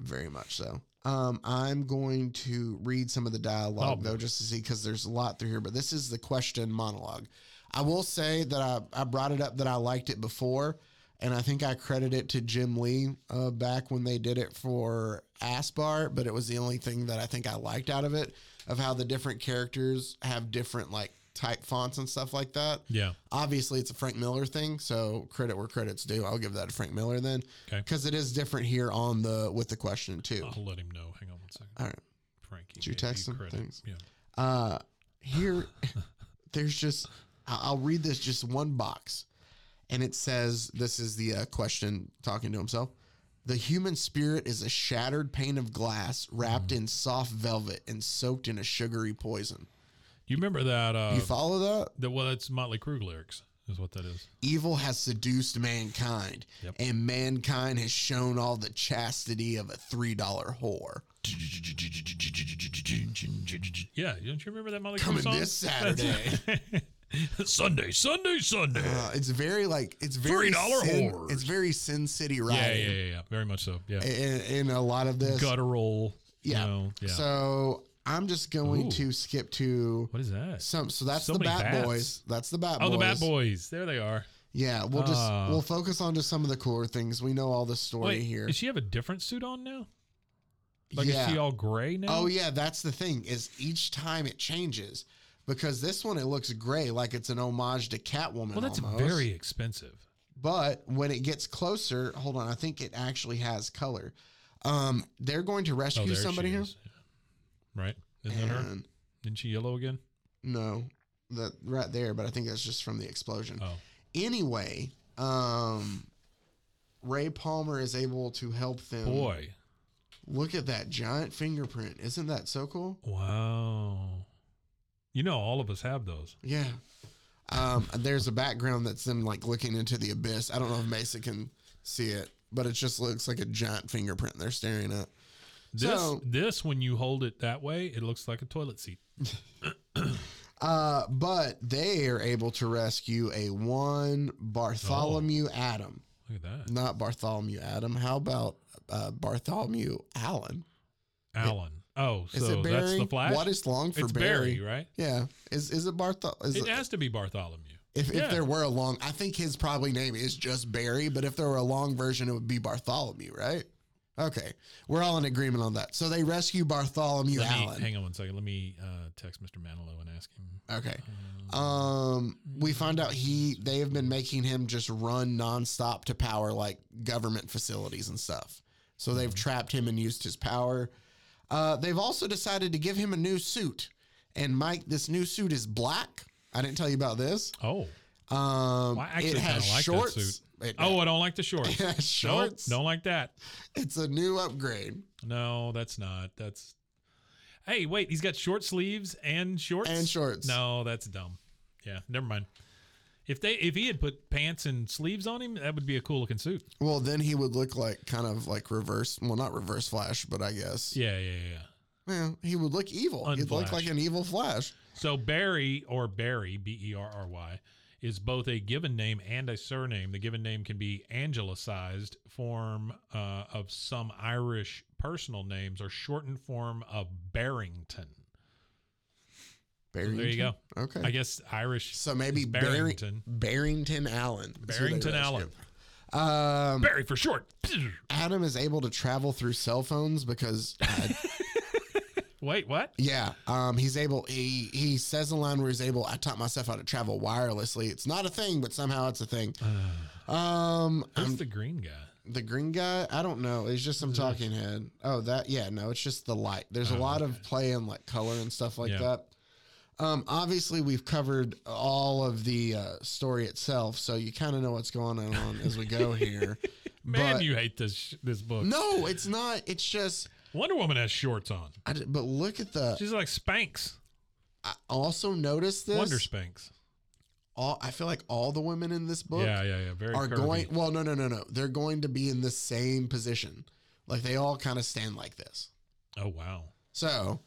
Speaker 2: very much so. Um, I'm going to read some of the dialogue
Speaker 3: Oh,
Speaker 2: though,
Speaker 3: boy.
Speaker 2: just to see because there's a lot through here. But this is the question monologue. I will say that I, I brought it up that I liked it before, and I think I credit it to Jim Lee uh, back when they did it for Aspar. But it was the only thing that I think I liked out of it of how the different characters have different like type fonts and stuff like that.
Speaker 3: Yeah.
Speaker 2: Obviously, it's a Frank Miller thing, so credit where credit's due. I'll give that to Frank Miller then,
Speaker 3: 'Kay.
Speaker 2: because it is different here on the with the question too.
Speaker 3: I'll let him know. Hang on one second.
Speaker 2: All right,
Speaker 3: Frankie.
Speaker 2: Did you
Speaker 3: gave
Speaker 2: text him
Speaker 3: credit.
Speaker 2: things?
Speaker 3: Yeah.
Speaker 2: uh, here there's just I- I'll read this just one box, and it says this is the uh, question talking to himself. The human spirit is a shattered pane of glass wrapped in soft velvet and soaked in a sugary poison.
Speaker 3: You remember that uh
Speaker 2: You follow that?
Speaker 3: the, well that's Motley Crue lyrics is what that is.
Speaker 2: evil has seduced mankind,
Speaker 3: Yep.
Speaker 2: and mankind has shown all the chastity of a three dollar whore.
Speaker 3: Yeah, don't you remember that Motley
Speaker 2: Coming
Speaker 3: Crue song?
Speaker 2: this Saturday.
Speaker 3: Sunday, Sunday, Sunday.
Speaker 2: Uh, it's very like it's very
Speaker 3: $3
Speaker 2: sin,
Speaker 3: whores.
Speaker 2: It's very Sin City
Speaker 3: yeah, yeah,
Speaker 2: rioting
Speaker 3: yeah, yeah. Very much so. Yeah.
Speaker 2: In, in a lot of this.
Speaker 3: Guttural.
Speaker 2: Yeah.
Speaker 3: You know, yeah.
Speaker 2: So I'm just going
Speaker 3: Ooh.
Speaker 2: to skip to
Speaker 3: what is that?
Speaker 2: some. So that's
Speaker 3: So
Speaker 2: the
Speaker 3: many
Speaker 2: Bat
Speaker 3: bats.
Speaker 2: Boys. That's the Bat
Speaker 3: oh,
Speaker 2: Boys.
Speaker 3: the Bad Boys. There they are.
Speaker 2: Yeah, we'll just
Speaker 3: Ah.
Speaker 2: we'll focus on just some of the cooler things. We know all the story
Speaker 3: Wait,
Speaker 2: here.
Speaker 3: Does she have a different suit on now? Like is she all gray now?
Speaker 2: Oh yeah, that's the thing is each time it changes because this one it looks gray like it's an homage to Catwoman.
Speaker 3: Well, that's
Speaker 2: almost.
Speaker 3: very expensive.
Speaker 2: But when it gets closer, hold on, I think it actually has color. Um, they're going to
Speaker 3: Oh,
Speaker 2: rescue
Speaker 3: there
Speaker 2: somebody
Speaker 3: she
Speaker 2: here.
Speaker 3: is. Yeah. Right? Isn't that her?
Speaker 2: And-
Speaker 3: Isn't she yellow again?
Speaker 2: no, that right there. But I think that's just from the explosion.
Speaker 3: Oh.
Speaker 2: Anyway, um, Ray Palmer is able to help them.
Speaker 3: Boy.
Speaker 2: Look at that giant fingerprint. Isn't that so cool?
Speaker 3: Wow. You know, all of us have those.
Speaker 2: Yeah. Um, there's a background that's them like looking into the abyss. I don't know if Mesa can see it, but it just looks like a giant fingerprint they're staring at.
Speaker 3: This,
Speaker 2: So-
Speaker 3: this when you hold it that way, it looks like a toilet seat.
Speaker 2: Uh, but they are able to rescue a one Bartholomew
Speaker 3: Oh.
Speaker 2: Adam,
Speaker 3: Look at that.
Speaker 2: not Bartholomew Adam. How about uh, Bartholomew Allen?
Speaker 3: Alan. Oh,
Speaker 2: Is
Speaker 3: so
Speaker 2: it Barry?
Speaker 3: that's the flash.
Speaker 2: What is long for
Speaker 3: it's
Speaker 2: Barry?
Speaker 3: Barry, right?
Speaker 2: Yeah. Is is it Barthol? Is
Speaker 3: It
Speaker 2: it,
Speaker 3: has to be Bartholomew.
Speaker 2: if,
Speaker 3: yeah.
Speaker 2: if there were a long, I think his probably name is just Barry, but if there were a long version, it would be Bartholomew, right? Okay, we're all in agreement on that. So they rescue Bartholomew
Speaker 3: Let me-
Speaker 2: Allen.
Speaker 3: hang on one second. Let me uh, text Mr. Manilow and ask him.
Speaker 2: Okay. Um, we find out he they have been making him just run nonstop to power like government facilities and stuff. So
Speaker 3: Mm-hmm.
Speaker 2: they've trapped him and used his power. Uh, they've also decided to give him a new suit. And Mike, this new suit is black. I didn't tell you about this.
Speaker 3: Oh,
Speaker 2: Um,
Speaker 3: Well, I actually
Speaker 2: it
Speaker 3: kinda
Speaker 2: has
Speaker 3: like that
Speaker 2: shorts.
Speaker 3: suit.
Speaker 2: It-
Speaker 3: oh, I don't like the shorts.
Speaker 2: Yeah,
Speaker 3: Nope,
Speaker 2: shorts.
Speaker 3: don't like that.
Speaker 2: it's a new upgrade
Speaker 3: No, that's not. That's. Hey, wait. He's got short sleeves and shorts.
Speaker 2: and shorts.
Speaker 3: No, that's dumb. Yeah, never mind. If they if he had put pants and sleeves on him, that would be a cool looking suit.
Speaker 2: Well, then he would look like kind of like reverse. Well, not reverse Flash, but I guess
Speaker 3: Yeah, yeah, yeah, yeah.
Speaker 2: yeah, he would look evil. He'd look
Speaker 3: Unflash.
Speaker 2: like an evil Flash.
Speaker 3: So Barry or Barry B E R R Y is both a given name and a surname. The given name can be anglicized form uh, of some Irish personal names or shortened form of Barrington. So there you go.
Speaker 2: Okay.
Speaker 3: I guess Irish.
Speaker 2: So maybe
Speaker 3: is
Speaker 2: Barrington
Speaker 3: Barrington.
Speaker 2: Barrington Allen. is who they
Speaker 3: Barrington
Speaker 2: rescue.
Speaker 3: Allen.
Speaker 2: Um,
Speaker 3: Barry for short.
Speaker 2: Adam is able to travel through cell phones because, uh,
Speaker 3: Wait, what?
Speaker 2: yeah, um, he's able. He he says a line where he's able. I taught myself how to travel wirelessly. It's not a thing, but somehow it's a thing. Um,
Speaker 3: Who's
Speaker 2: I'm-
Speaker 3: the green guy?
Speaker 2: the green guy. I don't know. It's just some talking head. Oh, that. Yeah, no, it's just the light. There's a
Speaker 3: Oh,
Speaker 2: lot of
Speaker 3: okay.
Speaker 2: play in like color and stuff like
Speaker 3: Yeah.
Speaker 2: that. Um, obviously, we've covered all of the uh, story itself, so you kind of know what's going on as we go here.
Speaker 3: Man,
Speaker 2: But-
Speaker 3: you hate this sh- this book.
Speaker 2: No, it's not. It's just.
Speaker 3: Wonder Woman has shorts on.
Speaker 2: I did- but look at the.
Speaker 3: She's like Spanx,
Speaker 2: I also noticed this.
Speaker 3: Wonder Spanx.
Speaker 2: all, I feel like all the women in this book
Speaker 3: Yeah, yeah, yeah. Very
Speaker 2: are
Speaker 3: curvy.
Speaker 2: going. Well, no, no, no, no. They're going to be in the same position. Like they all kind of stand like this.
Speaker 3: Oh wow.
Speaker 2: So,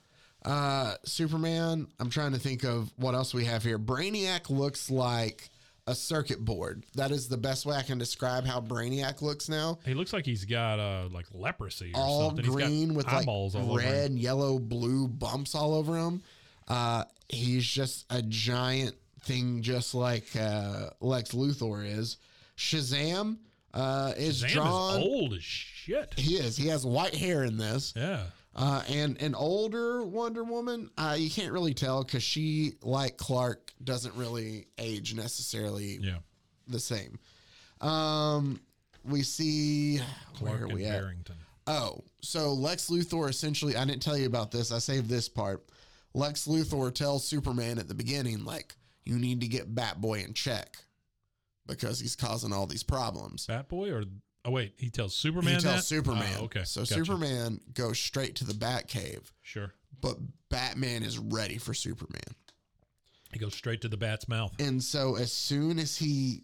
Speaker 2: uh, Superman, I'm trying to think of what else we have here. Brainiac looks like a circuit board. That is the best way I can describe how Brainiac looks now.
Speaker 3: He looks like he's got uh like leprosy or
Speaker 2: All
Speaker 3: something. he's
Speaker 2: green
Speaker 3: got
Speaker 2: with like
Speaker 3: eyeballs all over
Speaker 2: red,
Speaker 3: him.
Speaker 2: yellow, blue bumps all over him. Uh, he's just a giant thing, just like uh, Lex Luthor is. Shazam uh, is
Speaker 3: Zam is
Speaker 2: drawn.
Speaker 3: old as shit.
Speaker 2: He is. He has white hair in this.
Speaker 3: Yeah.
Speaker 2: Uh, and an older Wonder Woman, uh, you can't really tell because she, like Clark, doesn't really age necessarily
Speaker 3: Yeah.
Speaker 2: the same. Um, we see where
Speaker 3: Clark
Speaker 2: are
Speaker 3: and
Speaker 2: we at?
Speaker 3: Barrington.
Speaker 2: Oh, so Lex Luthor essentially, I didn't tell you about this. I saved this part. Lex Luthor tells Superman at the beginning, like, you need to get Batboy in check because he's causing all these problems.
Speaker 3: Bat Boy or oh wait, he tells Superman.
Speaker 2: he tells
Speaker 3: that?
Speaker 2: Superman.
Speaker 3: Oh, okay.
Speaker 2: So
Speaker 3: Gotcha.
Speaker 2: Superman goes straight to the Batcave
Speaker 3: Sure.
Speaker 2: but Batman is ready for Superman.
Speaker 3: He goes straight to the bat's mouth.
Speaker 2: And so as soon as he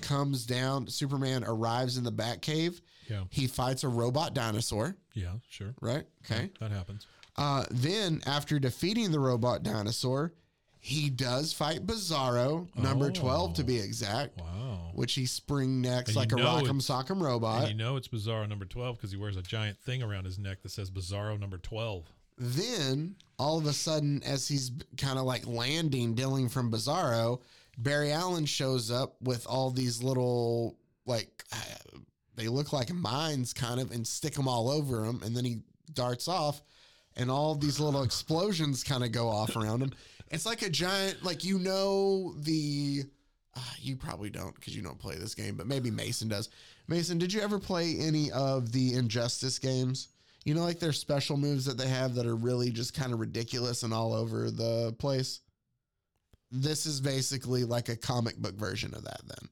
Speaker 2: comes down, Superman arrives in the Batcave.
Speaker 3: Yeah.
Speaker 2: He fights a robot dinosaur,
Speaker 3: Yeah. Sure.
Speaker 2: right? Okay.
Speaker 3: That happens.
Speaker 2: Uh, then after defeating the robot dinosaur, he does fight Bizarro, number
Speaker 3: Oh.
Speaker 2: 12 to be exact,
Speaker 3: Wow.
Speaker 2: which he spring necks
Speaker 3: And
Speaker 2: like a
Speaker 3: you know
Speaker 2: rock'em
Speaker 3: it's-
Speaker 2: sock'em
Speaker 3: And
Speaker 2: robot.
Speaker 3: you know it's Bizarro number twelve because he wears a giant thing around his neck that says Bizarro number twelve.
Speaker 2: Then all of a sudden, as he's kind of like landing, dealing from Bizarro, Barry Allen shows up with all these little like uh, they look like mines, kind of, and stick them all over him, and then he darts off, and all these little explosions kind of go off around him. It's like a giant, like you know the. Uh, you probably don't because you don't play this game, but maybe Mason does. Mason, did you ever play any of the Injustice games? You know, like their special moves that they have that are really just kind of ridiculous and all over the place. This is basically like a comic book version of that. Then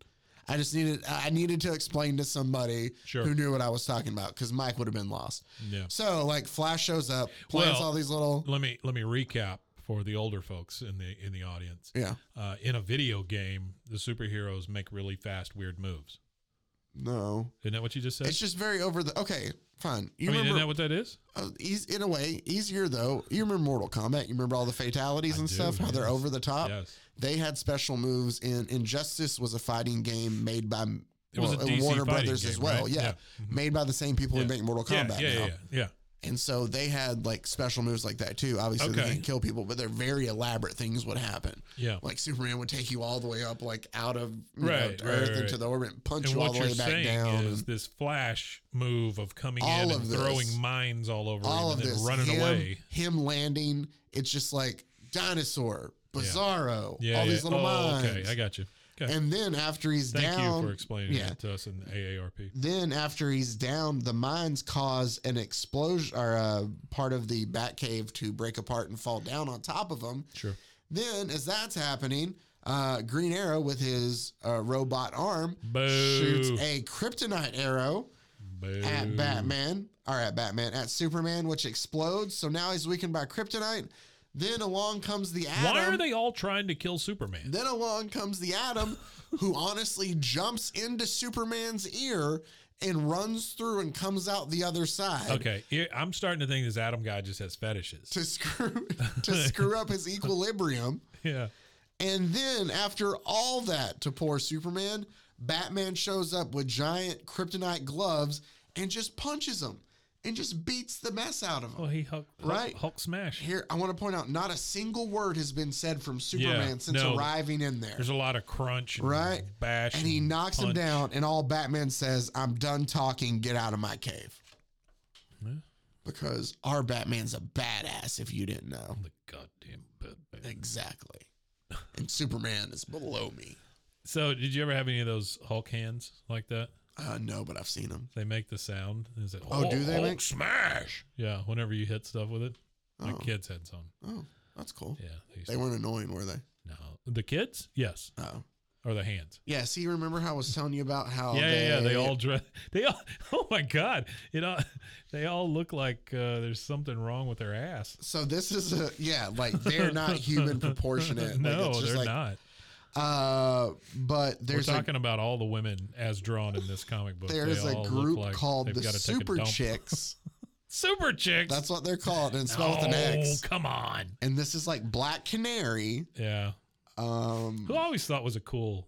Speaker 2: I just needed I needed to explain to somebody
Speaker 3: Sure.
Speaker 2: who knew what I was talking about because Mike would have been lost.
Speaker 3: Yeah.
Speaker 2: So like Flash shows up, plants
Speaker 3: Well-
Speaker 2: all these little
Speaker 3: Let me let me recap for the older folks in the in the audience.
Speaker 2: yeah.
Speaker 3: Uh, in a video game, the superheroes make really fast, weird moves.
Speaker 2: No,
Speaker 3: Isn't that what you just said?
Speaker 2: it's just very over the okay. Fine, you
Speaker 3: I mean, isn't
Speaker 2: remember
Speaker 3: that what that is?
Speaker 2: Uh, eas- in a way, easier though. You remember Mortal Kombat? You remember all the fatalities
Speaker 3: I
Speaker 2: and
Speaker 3: do,
Speaker 2: stuff? How they're
Speaker 3: yes.
Speaker 2: over the top.
Speaker 3: Yes.
Speaker 2: They had special moves. In Injustice was a fighting game made by
Speaker 3: It was a DC
Speaker 2: Warner
Speaker 3: fighting
Speaker 2: Brothers as
Speaker 3: game,
Speaker 2: well.
Speaker 3: right?
Speaker 2: Yeah,
Speaker 3: Yeah. Mm-hmm.
Speaker 2: made by the same people
Speaker 3: Yeah.
Speaker 2: who make Mortal
Speaker 3: Yeah,
Speaker 2: Kombat
Speaker 3: yeah,
Speaker 2: now.
Speaker 3: yeah, yeah,
Speaker 2: And so they had like special moves like that too. Obviously, they
Speaker 3: Okay.
Speaker 2: didn't kill people, but they're very elaborate things would happen.
Speaker 3: yeah.
Speaker 2: Like Superman would take you all the way up, like out of you know,
Speaker 3: Right, right,
Speaker 2: Earth
Speaker 3: right.
Speaker 2: into the orbit, and punch
Speaker 3: and
Speaker 2: you all
Speaker 3: what
Speaker 2: the
Speaker 3: you're
Speaker 2: way back
Speaker 3: saying
Speaker 2: down.
Speaker 3: is
Speaker 2: and
Speaker 3: this flash move of coming in
Speaker 2: All
Speaker 3: and
Speaker 2: of this.
Speaker 3: throwing mines all over
Speaker 2: all
Speaker 3: him
Speaker 2: of
Speaker 3: and then
Speaker 2: this,
Speaker 3: running
Speaker 2: him,
Speaker 3: away.
Speaker 2: him landing. It's just like dinosaur, Bizarro,
Speaker 3: Yeah,
Speaker 2: all
Speaker 3: yeah.
Speaker 2: these little
Speaker 3: oh,
Speaker 2: mines.
Speaker 3: okay, I got you. Okay,
Speaker 2: And then after he's
Speaker 3: thank
Speaker 2: down,
Speaker 3: you for explaining
Speaker 2: yeah.
Speaker 3: that to us in AARP.
Speaker 2: Then after he's down, the mines cause an explosion or uh, part of the Batcave to break apart and fall down on top of him.
Speaker 3: Sure.
Speaker 2: Then, as that's happening, uh, Green Arrow with his uh, robot arm shoots
Speaker 3: Boo.
Speaker 2: a kryptonite arrow at
Speaker 3: Boo.
Speaker 2: Batman or at Batman at Superman, which explodes. So now he's weakened by kryptonite. Then along comes the Atom.
Speaker 3: Why are they all trying to kill Superman?
Speaker 2: Then along comes the Atom, who honestly jumps into Superman's ear and runs through and comes out the other side.
Speaker 3: Okay, here- I'm starting to think this Adam guy just has fetishes.
Speaker 2: To screw to screw up his equilibrium.
Speaker 3: yeah.
Speaker 2: And then after all that to poor Superman, Batman shows up with giant kryptonite gloves and just punches him and just beats the mess out of him.
Speaker 3: Well, he Hulk, Hulk-
Speaker 2: Right.
Speaker 3: Hulk smash.
Speaker 2: Here, I want to point out not a single word has been said from Superman since
Speaker 3: no.
Speaker 2: arriving in there.
Speaker 3: There's a lot of crunch, and
Speaker 2: Right?
Speaker 3: Bash,
Speaker 2: and he knocks him
Speaker 3: punch.
Speaker 2: down, and all Batman says, I'm done talking, get out of my cave.
Speaker 3: Yeah.
Speaker 2: Because our Batman's a badass, if you didn't know.
Speaker 3: The goddamn Batman.
Speaker 2: Exactly. And Superman is below me.
Speaker 3: So, did you ever have any of those Hulk hands like that?
Speaker 2: Uh, no, but I've seen him.
Speaker 3: They make the sound. Is it?
Speaker 2: Oh, do they
Speaker 3: Hulk
Speaker 2: make-
Speaker 3: smash? Yeah, whenever you hit stuff with it, the
Speaker 2: Oh.
Speaker 3: kids had some.
Speaker 2: Oh, that's cool.
Speaker 3: Yeah, they used
Speaker 2: They
Speaker 3: to-
Speaker 2: weren't annoying, were they?
Speaker 3: no, the kids, yes,
Speaker 2: Oh.
Speaker 3: or the hands.
Speaker 2: Yeah, see, remember how I was telling you about how
Speaker 3: yeah,
Speaker 2: Oh, they,
Speaker 3: yeah, yeah, they all dress. They all. Oh my God! You know, they all look like uh, there's something wrong with their ass.
Speaker 2: So this is a yeah, like they're not human proportionate.
Speaker 3: no,
Speaker 2: like, it's just
Speaker 3: they're
Speaker 2: like,
Speaker 3: not.
Speaker 2: Uh, but there's
Speaker 3: We're
Speaker 2: a
Speaker 3: talking about all the women as drawn in this comic book. They
Speaker 2: there's a
Speaker 3: all look
Speaker 2: group
Speaker 3: like
Speaker 2: called
Speaker 3: they've
Speaker 2: the
Speaker 3: gotta take a
Speaker 2: Super
Speaker 3: dump.
Speaker 2: Chicks.
Speaker 3: Super chicks.
Speaker 2: That's what they're called, and it's spelled with an
Speaker 3: Oh,
Speaker 2: X.
Speaker 3: come on.
Speaker 2: And this is like Black Canary.
Speaker 3: Yeah.
Speaker 2: Um,
Speaker 3: Who I always thought was a cool,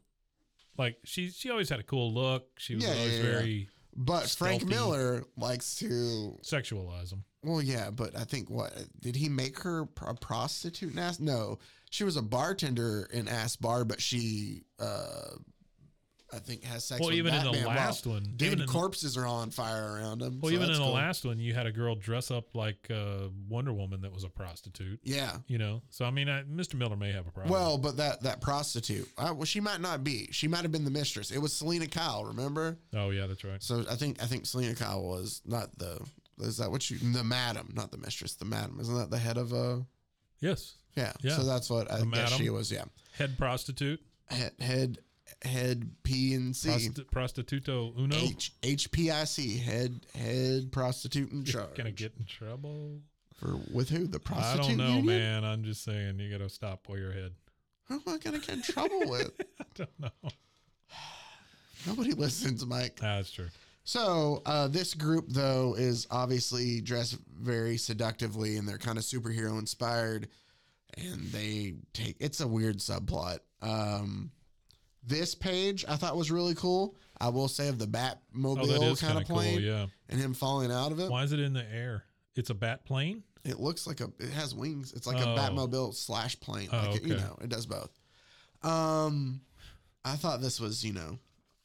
Speaker 3: like she she always had a cool look. She was
Speaker 2: Yeah, yeah,
Speaker 3: always
Speaker 2: yeah.
Speaker 3: very
Speaker 2: but Frank
Speaker 3: stealthy.
Speaker 2: Miller likes to.
Speaker 3: sexualized. them.
Speaker 2: Well, yeah, but I think what did he make her a prostitute? In ass? No, she was a bartender in Ass Bar, but she, uh, I think, has sex.
Speaker 3: Well,
Speaker 2: with
Speaker 3: even in the
Speaker 2: Batman while
Speaker 3: last one-
Speaker 2: dead
Speaker 3: even in-
Speaker 2: corpses are on fire around him.
Speaker 3: Well,
Speaker 2: so
Speaker 3: even in
Speaker 2: that's
Speaker 3: the
Speaker 2: cool.
Speaker 3: last one, you had a girl dress up like uh, Wonder Woman that was a prostitute.
Speaker 2: yeah,
Speaker 3: You know, so I mean, I, Mr. Miller may have a problem.
Speaker 2: Well, but that that prostitute, uh, well, she might not be. She might have been the mistress. It was Selena Kyle, remember?
Speaker 3: oh yeah, that's right.
Speaker 2: So I think I think Selena Kyle was not the. Is that what you? The madam, not the mistress. The madam, isn't that the head of a?
Speaker 3: Yes,
Speaker 2: Yeah.
Speaker 3: Yeah.
Speaker 2: So that's what I
Speaker 3: The
Speaker 2: guess she
Speaker 3: madam.
Speaker 2: was. Yeah.
Speaker 3: head prostitute,
Speaker 2: Head head head P and C.
Speaker 3: Prosti- prostituto uno.
Speaker 2: H H P I C head head prostitute in charge.
Speaker 3: Gonna get in trouble.
Speaker 2: for with who the
Speaker 3: I
Speaker 2: prostitute?
Speaker 3: don't know,
Speaker 2: union?
Speaker 3: man. I'm just saying, you gotta stop where your head.
Speaker 2: Who am I gonna get in trouble with?
Speaker 3: I don't know.
Speaker 2: Nobody listens, Mike.
Speaker 3: That's true.
Speaker 2: So uh, this group, though, is obviously dressed very seductively, and they're kind of superhero inspired. And they take it's a weird subplot. Um, this page I thought was really cool. I will say of the
Speaker 3: Oh, that
Speaker 2: Batmobile
Speaker 3: is
Speaker 2: kind
Speaker 3: kind
Speaker 2: of
Speaker 3: of cool.
Speaker 2: plane
Speaker 3: Yeah.
Speaker 2: and him falling out of it.
Speaker 3: Why is it in the air? It's a bat plane.
Speaker 2: It looks like a it has wings. It's like
Speaker 3: Oh.
Speaker 2: a Batmobile slash plane.
Speaker 3: Oh,
Speaker 2: Like it- you
Speaker 3: okay.
Speaker 2: know, it does both. Um, I thought this was you know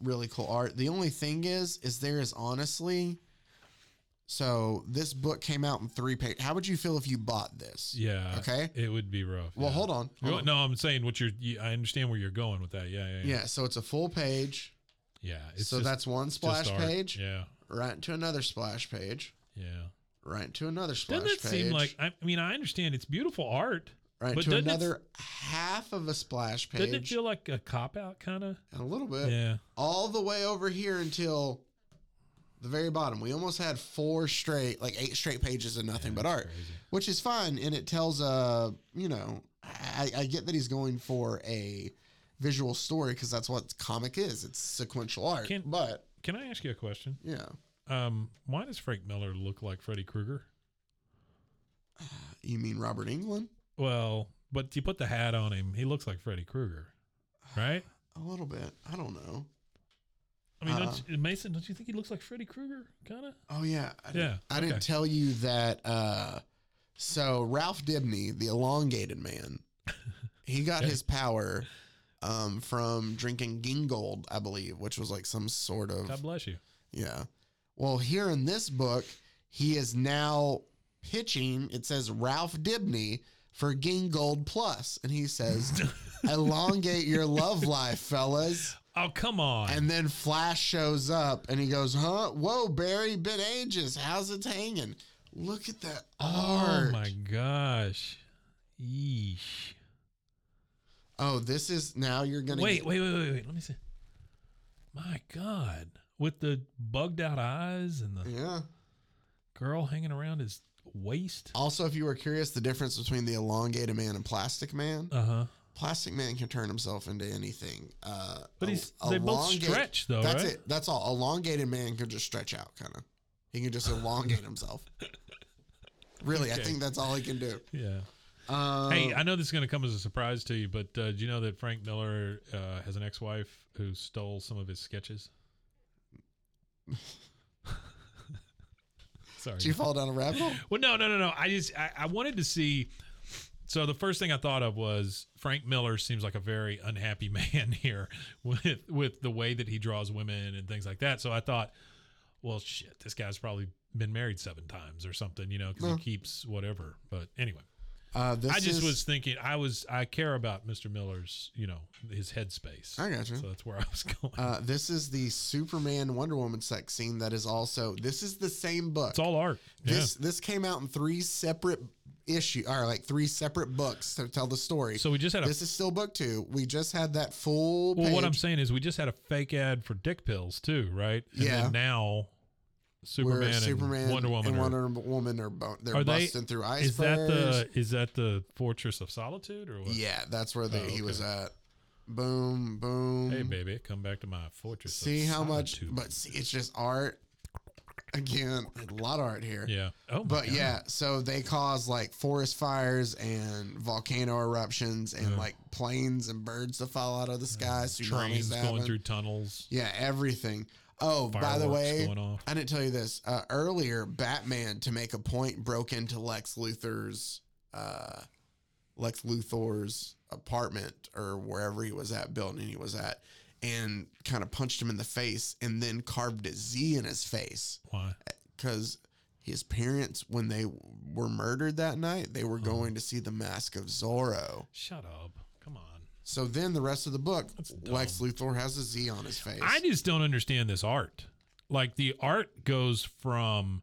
Speaker 2: really cool art. The only thing is, is there is honestly. So this book came out in three page. How would you feel if you bought this?
Speaker 3: Yeah.
Speaker 2: Okay.
Speaker 3: It would be rough.
Speaker 2: Well,
Speaker 3: yeah.
Speaker 2: hold on.
Speaker 3: You-
Speaker 2: hold on.
Speaker 3: No, I'm saying what you're. You, I understand where you're going with that. Yeah, yeah, yeah.
Speaker 2: Yeah. So it's a full page.
Speaker 3: Yeah, it's
Speaker 2: so
Speaker 3: just-
Speaker 2: that's one
Speaker 3: it's just
Speaker 2: splash
Speaker 3: art.
Speaker 2: page.
Speaker 3: Yeah,
Speaker 2: Right to another splash page.
Speaker 3: yeah.
Speaker 2: Right to another splash
Speaker 3: Doesn't it
Speaker 2: page.
Speaker 3: seem like? I, I mean, I understand it's beautiful art,
Speaker 2: right
Speaker 3: But
Speaker 2: to
Speaker 3: doesn't it-
Speaker 2: another half of a splash
Speaker 3: Doesn't it
Speaker 2: page,
Speaker 3: feel like a cop out kind of?
Speaker 2: a little bit,
Speaker 3: Yeah.
Speaker 2: all the way over here until the very bottom. We almost had four straight, like eight straight pages of nothing but art, which is fine. And it tells a, you know, I, I get that he's going for a visual story because that's what comic is. It's sequential art.
Speaker 3: Can-
Speaker 2: but
Speaker 3: Can I ask you a question?
Speaker 2: yeah,
Speaker 3: Um, why does Frank Miller look like Freddy Krueger?
Speaker 2: you mean Robert England?
Speaker 3: Well, but you put the hat on him, he looks like Freddy Krueger, right?
Speaker 2: A little bit. I don't know.
Speaker 3: I mean,
Speaker 2: Uh-uh.
Speaker 3: don't you, Mason, don't you think he looks like Freddy Krueger, kind of?
Speaker 2: Oh yeah, I
Speaker 3: Yeah,
Speaker 2: Didn't, I
Speaker 3: okay.
Speaker 2: didn't tell you that. Uh, so Ralph Dibny, the elongated man, he got his power um, from drinking gingold, I believe, which was like some sort of
Speaker 3: God bless you.
Speaker 2: yeah. Well, here in this book, he is now pitching. It says Ralph Dibny for gingold plus, and he says, "Elongate your love life, fellas."
Speaker 3: Oh, come on.
Speaker 2: And then Flash shows up and he goes, Huh? Whoa, Barry, been ages. How's it hanging? Look at that
Speaker 3: oh
Speaker 2: art.
Speaker 3: my gosh. Yeesh.
Speaker 2: Oh, this is now you're gonna
Speaker 3: Wait,
Speaker 2: get-
Speaker 3: wait, wait, wait, wait. Let me see. My God. With the bugged out eyes and the
Speaker 2: Yeah.
Speaker 3: girl hanging around his waist.
Speaker 2: Also, if you were curious, the difference between the elongated man and plastic man.
Speaker 3: Uh huh.
Speaker 2: Plastic man can turn himself into anything. Uh,
Speaker 3: But
Speaker 2: el-
Speaker 3: he's- they both
Speaker 2: elongate-
Speaker 3: stretch, though,
Speaker 2: That's
Speaker 3: right?
Speaker 2: it. That's all. Elongated man can just stretch out, kind of. He can just elongate himself. Really, I
Speaker 3: Okay.
Speaker 2: think that's all he can do.
Speaker 3: Yeah.
Speaker 2: Um,
Speaker 3: hey, I know this is going to come as a surprise to you, but uh, do you know that Frank Miller uh, has an ex wife who stole some of his sketches? Sorry.
Speaker 2: did you fall down a rabbit hole?
Speaker 3: Well, no, no, no, no. I just I, I wanted to see. So the first thing I thought of was Frank Miller seems like a very unhappy man here with with the way that he draws women and things like that. So I thought, well, shit, this guy's probably been married seven times or something, you know, because
Speaker 2: No.
Speaker 3: he keeps whatever. But anyway,
Speaker 2: Uh, this
Speaker 3: I just
Speaker 2: is-
Speaker 3: was thinking I was I care about Mr. Miller's, you know, his headspace.
Speaker 2: I gotcha.
Speaker 3: So that's where I was going.
Speaker 2: Uh, this is the Superman Wonder Woman sex scene that is also this is the same book.
Speaker 3: it's all art.
Speaker 2: this this came out in three separate issue or like three separate books to tell the story.
Speaker 3: yeah. So we just had a
Speaker 2: this is still book two. We just had that full
Speaker 3: Well,
Speaker 2: page.
Speaker 3: what I'm saying is, we just had a fake ad for dick pills too, right? And
Speaker 2: Yeah.
Speaker 3: Then now,
Speaker 2: where
Speaker 3: Superman,
Speaker 2: Superman
Speaker 3: and Wonder Woman
Speaker 2: and
Speaker 3: are,
Speaker 2: Wonder Woman are bo- they're
Speaker 3: are they?
Speaker 2: busting through icebergs.
Speaker 3: is that the is that the Fortress of Solitude or what?
Speaker 2: yeah, that's where they,
Speaker 3: Oh,
Speaker 2: he was
Speaker 3: okay.
Speaker 2: at. Boom, boom.
Speaker 3: Hey, baby, come back to my Fortress.
Speaker 2: See
Speaker 3: of
Speaker 2: how much?
Speaker 3: Solitude.
Speaker 2: But see, it's just art. Again, a lot of art here.
Speaker 3: yeah. Oh, my
Speaker 2: But
Speaker 3: God.
Speaker 2: yeah, so they cause like forest fires and volcano eruptions and
Speaker 3: Yeah.
Speaker 2: like planes and birds to fall out of the sky.
Speaker 3: trains
Speaker 2: tsunamis
Speaker 3: going
Speaker 2: happen.
Speaker 3: through tunnels.
Speaker 2: Yeah, everything. Oh, by the
Speaker 3: Fireworks
Speaker 2: way,
Speaker 3: going off.
Speaker 2: I didn't tell you this uh, earlier. Batman, to make a point, broke into Lex Luthor's uh, Lex Luthor's apartment or wherever he was at, building he was at, and kind of punched him in the face, and then carved a Z in his face
Speaker 3: Why?
Speaker 2: because his parents, when they were murdered that night, they were
Speaker 3: Mm-hmm.
Speaker 2: going to see the Mask of Zorro.
Speaker 3: Shut up! Come on.
Speaker 2: So then the rest of the book,
Speaker 3: That's dumb.
Speaker 2: Lex Luthor has a Z on his face.
Speaker 3: I just don't understand this art. Like the art goes from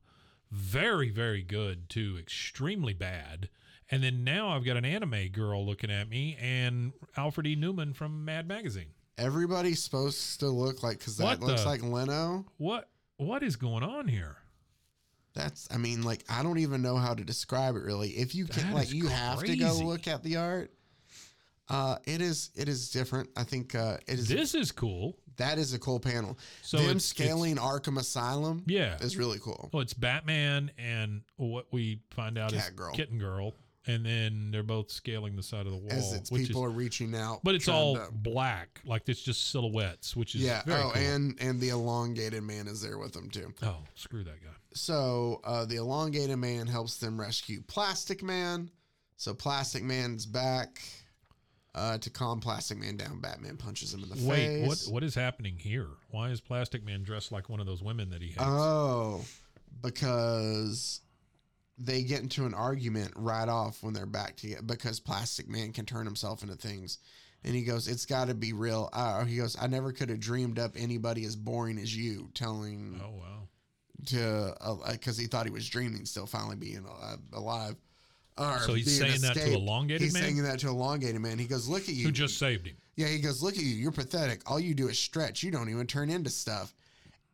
Speaker 3: very, very good to extremely bad. And then now I've got an anime girl looking at me and Alfred E. Newman from Mad Magazine.
Speaker 2: Everybody's supposed to look like because that
Speaker 3: What
Speaker 2: looks
Speaker 3: the-
Speaker 2: like Leno.
Speaker 3: What what is going on here?
Speaker 2: That's I mean, like I don't even know how to describe it really. If you can
Speaker 3: That
Speaker 2: like
Speaker 3: is
Speaker 2: you have to go
Speaker 3: crazy.
Speaker 2: look at the art. Uh it is it is different. I think uh it is
Speaker 3: This is cool.
Speaker 2: that is a cool panel.
Speaker 3: So
Speaker 2: Them
Speaker 3: it's-
Speaker 2: scaling Arkham Asylum
Speaker 3: Yeah.
Speaker 2: is really cool.
Speaker 3: Well, it's Batman and what we find out is
Speaker 2: Cat girl.
Speaker 3: Kitten Girl. And then they're both scaling the side of the wall.
Speaker 2: As it's
Speaker 3: which
Speaker 2: people
Speaker 3: is,
Speaker 2: are reaching out.
Speaker 3: but it's
Speaker 2: trying
Speaker 3: all
Speaker 2: to-
Speaker 3: black. Like it's just silhouettes, which is
Speaker 2: Yeah.
Speaker 3: very
Speaker 2: oh,
Speaker 3: cool.
Speaker 2: and and the elongated man is there with them too.
Speaker 3: oh, screw that guy.
Speaker 2: So uh, the elongated man helps them rescue Plastic Man. So Plastic Man's back uh, to calm Plastic Man down. Batman punches him in the
Speaker 3: Wait, what
Speaker 2: face.
Speaker 3: what is happening here? Why is Plastic Man dressed like one of those women that he hates?
Speaker 2: Oh, because they get into an argument right off when they're back together because Plastic Man can turn himself into things. And he goes, "It's got to be real." Uh, he goes, "I never could have dreamed up anybody as boring as you." Telling uh,
Speaker 3: oh wow.
Speaker 2: to because he thought he was dreaming, still finally being uh, alive. Or
Speaker 3: So he's
Speaker 2: be an
Speaker 3: saying that to
Speaker 2: escape.
Speaker 3: elongated
Speaker 2: he's
Speaker 3: man?
Speaker 2: saying that to elongated man. He goes, look at you.
Speaker 3: Who just saved him?
Speaker 2: Yeah, he goes, look at you. You're pathetic. All you do is stretch. You don't even turn into stuff.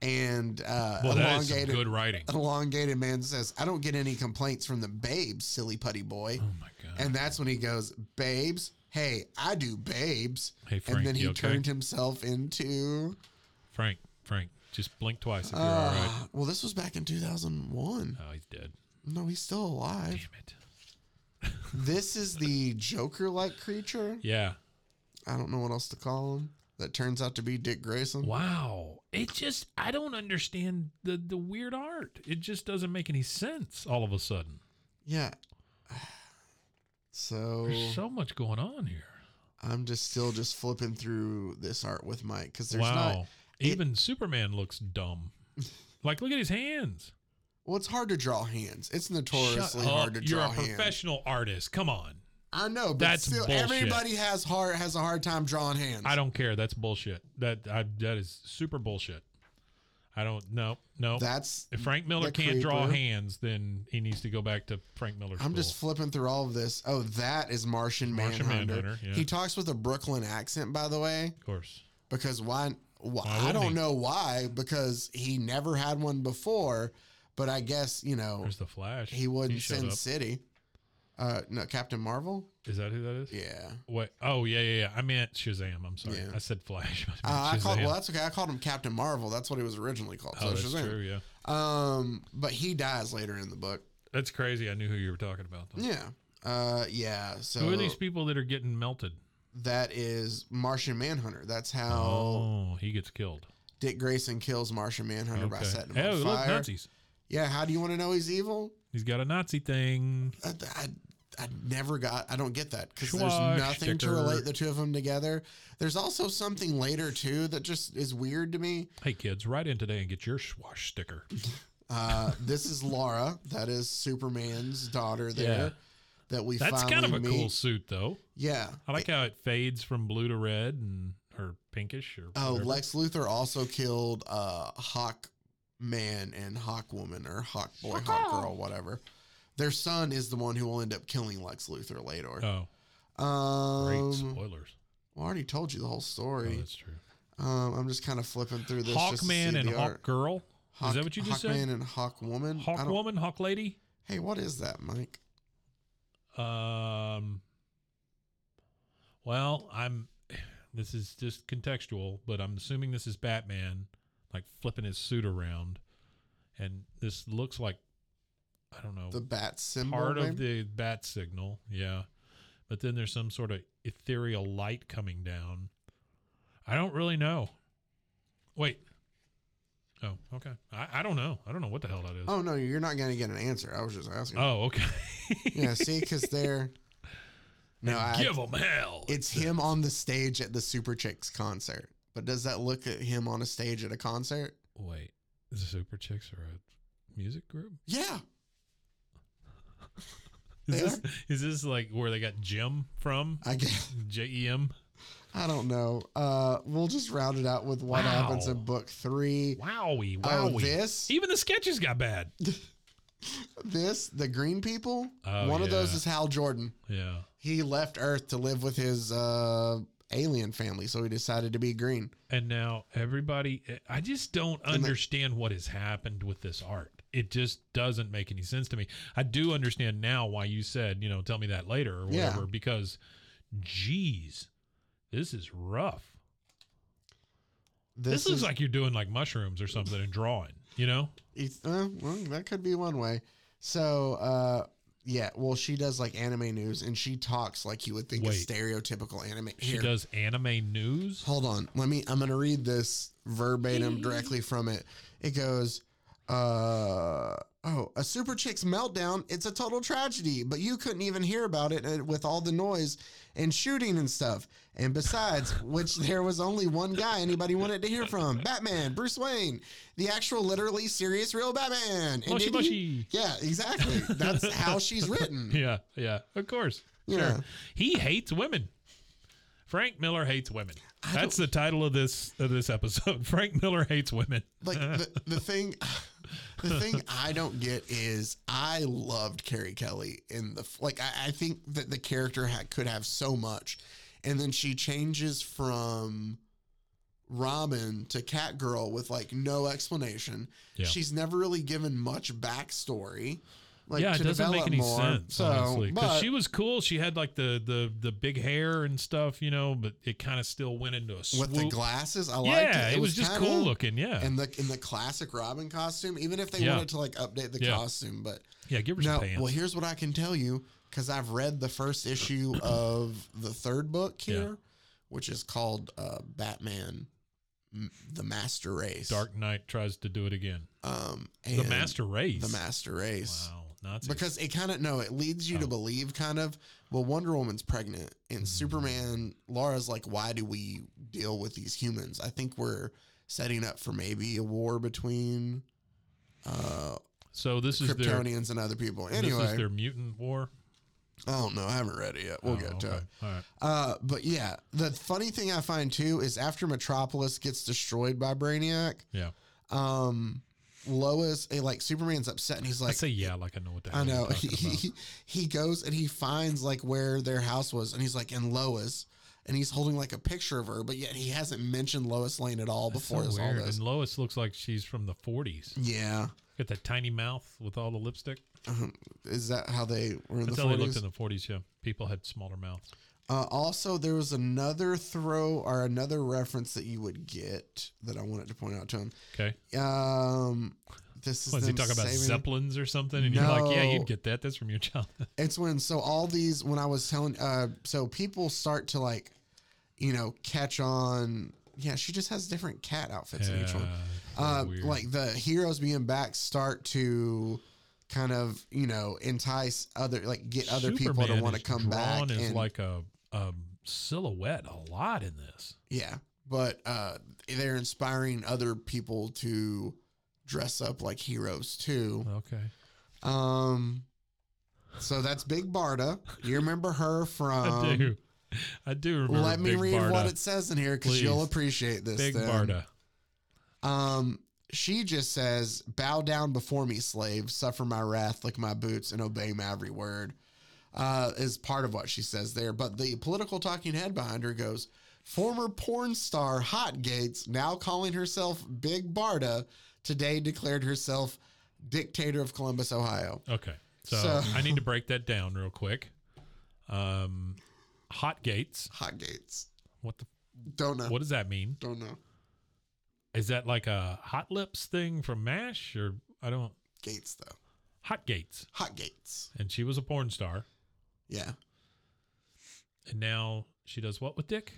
Speaker 2: And uh,
Speaker 3: Well, that is some
Speaker 2: elongated, Uh,
Speaker 3: good writing.
Speaker 2: elongated man says, I don't get any complaints from the babes, silly putty boy.
Speaker 3: Oh my god!
Speaker 2: And that's when he goes, babes. Hey, I do babes.
Speaker 3: Hey, Frank,
Speaker 2: and then he
Speaker 3: you okay?
Speaker 2: turned himself into.
Speaker 3: Frank, Frank, just blink twice if you're all
Speaker 2: Uh,
Speaker 3: right.
Speaker 2: Well, this was back in 2001.
Speaker 3: Oh, he's dead.
Speaker 2: No, he's still
Speaker 3: Damn
Speaker 2: alive.
Speaker 3: it.
Speaker 2: This is the Joker like creature.
Speaker 3: Yeah.
Speaker 2: I don't know what else to call him. That turns out to be Dick Grayson.
Speaker 3: Wow. It just I don't understand the the weird art. It just doesn't make any sense all of a sudden.
Speaker 2: Yeah. So
Speaker 3: There's so much going on here.
Speaker 2: I'm just still just flipping through this art with Mike because there's
Speaker 3: wow.
Speaker 2: not. it-
Speaker 3: Even Superman looks dumb. Like look at his hands.
Speaker 2: Well, it's hard to draw hands. It's notoriously
Speaker 3: Shut
Speaker 2: hard
Speaker 3: up.
Speaker 2: to
Speaker 3: You're
Speaker 2: draw
Speaker 3: a
Speaker 2: hands.
Speaker 3: professional artist. Come on.
Speaker 2: I know, but
Speaker 3: That's
Speaker 2: still,
Speaker 3: bullshit.
Speaker 2: everybody has hard has a hard time drawing hands.
Speaker 3: I don't care. That's bullshit. That I, that is super bullshit. I don't no no.
Speaker 2: That's
Speaker 3: if Frank Miller
Speaker 2: the
Speaker 3: can't draw
Speaker 2: creeper.
Speaker 3: hands, then he needs to go back to Frank Miller.
Speaker 2: I'm just
Speaker 3: school.
Speaker 2: flipping through all of this. Oh, that is Martian,
Speaker 3: Martian
Speaker 2: Manhunter.
Speaker 3: Manhunter, yeah.
Speaker 2: He talks with a Brooklyn accent, by the way,
Speaker 3: of course.
Speaker 2: because why? why
Speaker 3: Why
Speaker 2: I
Speaker 3: wouldn't
Speaker 2: don't
Speaker 3: he?
Speaker 2: know why, because he never had one before. But I guess you know
Speaker 3: There's the Flash.
Speaker 2: Oh. he wouldn't
Speaker 3: showed
Speaker 2: send
Speaker 3: up.
Speaker 2: City. Uh, no, Captain Marvel.
Speaker 3: Is that who that is?
Speaker 2: Yeah,
Speaker 3: What? Oh yeah, yeah, yeah. I meant Shazam. I'm sorry.
Speaker 2: Yeah.
Speaker 3: I said Flash. meant
Speaker 2: uh, I called.
Speaker 3: Shazam.
Speaker 2: Well, that's okay. I called him Captain Marvel. That's what he was originally called.
Speaker 3: oh,
Speaker 2: So
Speaker 3: that's
Speaker 2: Shazam.
Speaker 3: true. Yeah,
Speaker 2: Um, but he dies later in the book.
Speaker 3: that's crazy. I knew who you were talking about. Though.
Speaker 2: Yeah. Uh, yeah. So
Speaker 3: who are these people that are getting melted?
Speaker 2: that is Martian Manhunter. That's how.
Speaker 3: Oh, he gets killed.
Speaker 2: Dick Grayson kills Martian Manhunter by
Speaker 3: Okay.
Speaker 2: setting him
Speaker 3: Hey,
Speaker 2: on
Speaker 3: look,
Speaker 2: fire.
Speaker 3: Nazis.
Speaker 2: Yeah, how do you want to know he's evil?
Speaker 3: He's got a Nazi thing.
Speaker 2: I, I, I never got. I don't get that because there's
Speaker 3: Schwash,
Speaker 2: nothing to
Speaker 3: Dicker.
Speaker 2: relate the two of them together. There's also something later too that just is weird to me.
Speaker 3: Hey kids, write in today and get your swash sticker.
Speaker 2: Uh, this is Laura. That is Superman's daughter. There.
Speaker 3: Yeah.
Speaker 2: That we
Speaker 3: That's kind of a
Speaker 2: finally
Speaker 3: cool
Speaker 2: meet.
Speaker 3: suit, though.
Speaker 2: Yeah.
Speaker 3: I like how it fades from blue to red and or pinkish or
Speaker 2: Oh,
Speaker 3: whatever.
Speaker 2: Lex Luthor also killed uh, Hawk Man and Hawk Woman or Hawk Boy, Hawk Girl, whatever. Their son is the one who will end up killing Lex Luthor later.
Speaker 3: oh, great
Speaker 2: Um,
Speaker 3: spoilers.
Speaker 2: well, I already told you the whole
Speaker 3: Oh,
Speaker 2: story.
Speaker 3: that's true.
Speaker 2: um, I'm just kind of flipping through this. just to
Speaker 3: Hawkman
Speaker 2: see
Speaker 3: and
Speaker 2: the
Speaker 3: Hawk
Speaker 2: art.
Speaker 3: Girl.
Speaker 2: Hawk-
Speaker 3: Is that what you just
Speaker 2: Hawkman
Speaker 3: said?
Speaker 2: and Hawk Woman. I
Speaker 3: Hawk
Speaker 2: don't-
Speaker 3: Woman, Hawk Lady.
Speaker 2: Hey, what is that, Mike?
Speaker 3: Um. Well, I'm. This is just contextual, but I'm assuming this is Batman, like flipping his suit around, and this looks like, I don't know,
Speaker 2: The bat symbol.
Speaker 3: Oh. part of
Speaker 2: maybe?
Speaker 3: the bat signal. Yeah, but then there's some sort of ethereal light coming down. I don't really know. Wait. Oh, okay. I, I don't know. I don't know what the hell that is.
Speaker 2: oh no, you're not going to get an answer. I was just asking.
Speaker 3: Oh, okay.
Speaker 2: yeah, see, because they're. No, I,
Speaker 3: Give 'em hell.
Speaker 2: it's him on the stage at the Super Chicks concert. But does that look at him on a stage at a concert?
Speaker 3: Wait, the Super Chicks are a music group?
Speaker 2: Yeah.
Speaker 3: Is
Speaker 2: They
Speaker 3: this,
Speaker 2: are?
Speaker 3: is this like where they got Jim from?
Speaker 2: I guess
Speaker 3: J E M.
Speaker 2: I don't know. Uh, we'll just round it out with what
Speaker 3: Wow.
Speaker 2: happens in book three.
Speaker 3: Wowie,
Speaker 2: Oh,
Speaker 3: wowie.
Speaker 2: this?
Speaker 3: Even the sketches got bad.
Speaker 2: This, the green people. One
Speaker 3: Oh,
Speaker 2: of those
Speaker 3: yeah.
Speaker 2: is Hal Jordan.
Speaker 3: Yeah.
Speaker 2: He left Earth to live with his uh, alien family, so he decided to be green.
Speaker 3: And now everybody, I just don't
Speaker 2: And the-
Speaker 3: understand what has happened with this art. It just doesn't make any sense to me. I do understand now why you said, you know, tell me that later or
Speaker 2: Yeah.
Speaker 3: whatever, because geez, this is rough. This, looks
Speaker 2: is-
Speaker 3: like you're doing like mushrooms or something and drawing, you know?
Speaker 2: It's- uh, well, that could be one way. So, uh, yeah, well, she does like anime news, and she talks like you would think
Speaker 3: Wait.
Speaker 2: is stereotypical anime.
Speaker 3: She
Speaker 2: Here.
Speaker 3: does anime news.
Speaker 2: Hold on. Let me I'm gonna read this verbatim directly from it. It goes, uh oh, a super chick's meltdown. It's a total tragedy, but you couldn't even hear about it uh, with all the noise and shooting and stuff. And besides, which there was only one guy anybody wanted to hear from. Batman, Bruce Wayne, the actual literally serious real Batman. And
Speaker 3: Mushy
Speaker 2: did he-
Speaker 3: mushy.
Speaker 2: Yeah, exactly. That's how she's written.
Speaker 3: Yeah, yeah, of course.
Speaker 2: Yeah.
Speaker 3: Sure. He hates women. Frank Miller hates women. That's the title of this of this episode. Frank Miller hates women.
Speaker 2: Like the, the thing the thing I don't get is I loved Carrie Kelly in the f- like. I, I think that the character ha- could have so much, and then she changes from Robin to Catgirl with like no explanation.
Speaker 3: Yeah.
Speaker 2: She's never really given much backstory. Like,
Speaker 3: yeah, it
Speaker 2: to
Speaker 3: doesn't make
Speaker 2: develop
Speaker 3: any
Speaker 2: more.
Speaker 3: sense.
Speaker 2: So,
Speaker 3: honestly. 'Cause
Speaker 2: but
Speaker 3: she was cool. She had like the the the big hair and stuff, you know, but it kind of still went into a swoop.
Speaker 2: with the glasses, I liked
Speaker 3: yeah,
Speaker 2: it.
Speaker 3: it, was, just
Speaker 2: kinda-
Speaker 3: cool looking. Yeah,
Speaker 2: in the in the classic Robin costume, even if they
Speaker 3: Yeah.
Speaker 2: wanted to like update the
Speaker 3: Yeah.
Speaker 2: costume, but
Speaker 3: yeah. Give her some
Speaker 2: no.
Speaker 3: pants.
Speaker 2: Well, here's what I can tell you because I've read the first issue of the third book
Speaker 3: Yeah.
Speaker 2: here, which is called uh, Batman: M- The Master Race.
Speaker 3: Dark Knight tries to do it again.
Speaker 2: Um,
Speaker 3: The
Speaker 2: and
Speaker 3: Master Race.
Speaker 2: The Master Race.
Speaker 3: Wow, Nazis.
Speaker 2: Because it kind of no, it leads you to
Speaker 3: Oh. Mm.
Speaker 2: believe kind of. Well, Wonder Woman's pregnant, and Superman, Laura's like, why do we deal with these humans? I think we're setting up for maybe a war between uh,
Speaker 3: so this is their
Speaker 2: Kryptonians and other people.
Speaker 3: this is
Speaker 2: Anyway,
Speaker 3: their mutant war.
Speaker 2: I don't know. I haven't read it yet. We'll
Speaker 3: Oh,
Speaker 2: get to
Speaker 3: okay.
Speaker 2: it.
Speaker 3: All right.
Speaker 2: Uh, but yeah, the funny thing I find too is after Metropolis gets destroyed by Brainiac,
Speaker 3: Yeah,
Speaker 2: um, Lois, eh, like Superman's upset, and he's
Speaker 3: I
Speaker 2: like,
Speaker 3: say yeah, like I know what the hell
Speaker 2: I
Speaker 3: you're
Speaker 2: know.
Speaker 3: talking about.
Speaker 2: He, he goes and he finds like where their house was, and he's like, and Lois, and he's holding like a picture of her, but yet he hasn't mentioned Lois Lane at all
Speaker 3: That's so
Speaker 2: before this, all
Speaker 3: weird.
Speaker 2: this.
Speaker 3: And Lois looks like she's from the 40s.
Speaker 2: Yeah,
Speaker 3: Got that tiny mouth with all the lipstick.
Speaker 2: is that how they were in
Speaker 3: That's
Speaker 2: the
Speaker 3: how they looked in
Speaker 2: forties?
Speaker 3: the 40s. Yeah, people had smaller mouths.
Speaker 2: Uh, also, there was another throw or another reference that you would get that I wanted to point out to him.
Speaker 3: Okay,
Speaker 2: Um, this is
Speaker 3: was he
Speaker 2: them
Speaker 3: talking about
Speaker 2: saving-
Speaker 3: zeppelins or something? And you're like, yeah,
Speaker 2: No.
Speaker 3: you'd get that. That's from your childhood.
Speaker 2: It's when so all these when I was telling uh so people start to like you know catch on yeah she just has different cat outfits in each one
Speaker 3: it's really
Speaker 2: uh,
Speaker 3: weird.
Speaker 2: like the heroes being back start to kind of you know entice other like get other people
Speaker 3: Superman
Speaker 2: to want to
Speaker 3: is
Speaker 2: come
Speaker 3: drawn
Speaker 2: back
Speaker 3: As
Speaker 2: and
Speaker 3: like a, a silhouette a lot in this.
Speaker 2: yeah but uh they're inspiring other people to dress up like heroes too
Speaker 3: Okay.
Speaker 2: um so that's Big Barda you remember her from
Speaker 3: I do. I do remember.
Speaker 2: Um, Let me
Speaker 3: Big
Speaker 2: read what
Speaker 3: Barda.
Speaker 2: it says in here because you'll
Speaker 3: Please.
Speaker 2: appreciate this.
Speaker 3: Big
Speaker 2: then.
Speaker 3: Barda.
Speaker 2: Um, she just says, "Bow down before me, slave. Suffer my wrath, lick my boots, and obey my every word." Uh, is part of what she says there. But the political talking head behind her goes, "Former porn star Hot Gates, now calling herself Big Barda, today declared herself dictator of Columbus, Ohio."
Speaker 3: Okay. So,
Speaker 2: So-
Speaker 3: I need to break that down real quick. Um, hot gates.
Speaker 2: Hot Gates.
Speaker 3: What the?
Speaker 2: Don't know.
Speaker 3: What does that mean?
Speaker 2: Don't know.
Speaker 3: Is that like a hot lips thing from Mash or I don't?
Speaker 2: Gates though.
Speaker 3: Hot gates.
Speaker 2: Hot Gates.
Speaker 3: And she was a porn star,
Speaker 2: Yeah.
Speaker 3: and now she does what with Dick?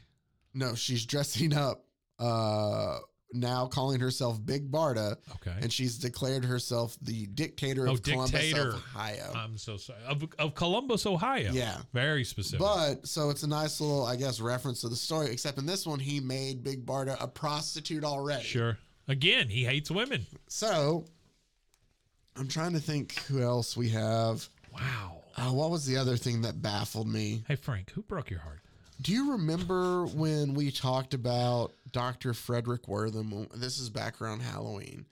Speaker 2: No, she's dressing up. Uh, now calling herself Big Barda,
Speaker 3: Okay.
Speaker 2: and she's declared herself the dictator
Speaker 3: Oh,
Speaker 2: of Columbus,
Speaker 3: dictator.
Speaker 2: Ohio.
Speaker 3: I'm so sorry. Of, of Columbus, Ohio.
Speaker 2: Yeah.
Speaker 3: Very specific.
Speaker 2: but so it's a nice little, I guess, reference to the story. Except in this one, he made Big Barda a prostitute already.
Speaker 3: sure. Again, he hates women.
Speaker 2: So I'm trying to think who else we have.
Speaker 3: Wow.
Speaker 2: Uh, what was the other thing that baffled me?
Speaker 3: Hey Frank, who broke your heart?
Speaker 2: Do you remember when we talked about Dr. Frederick Wortham? This is back around Halloween.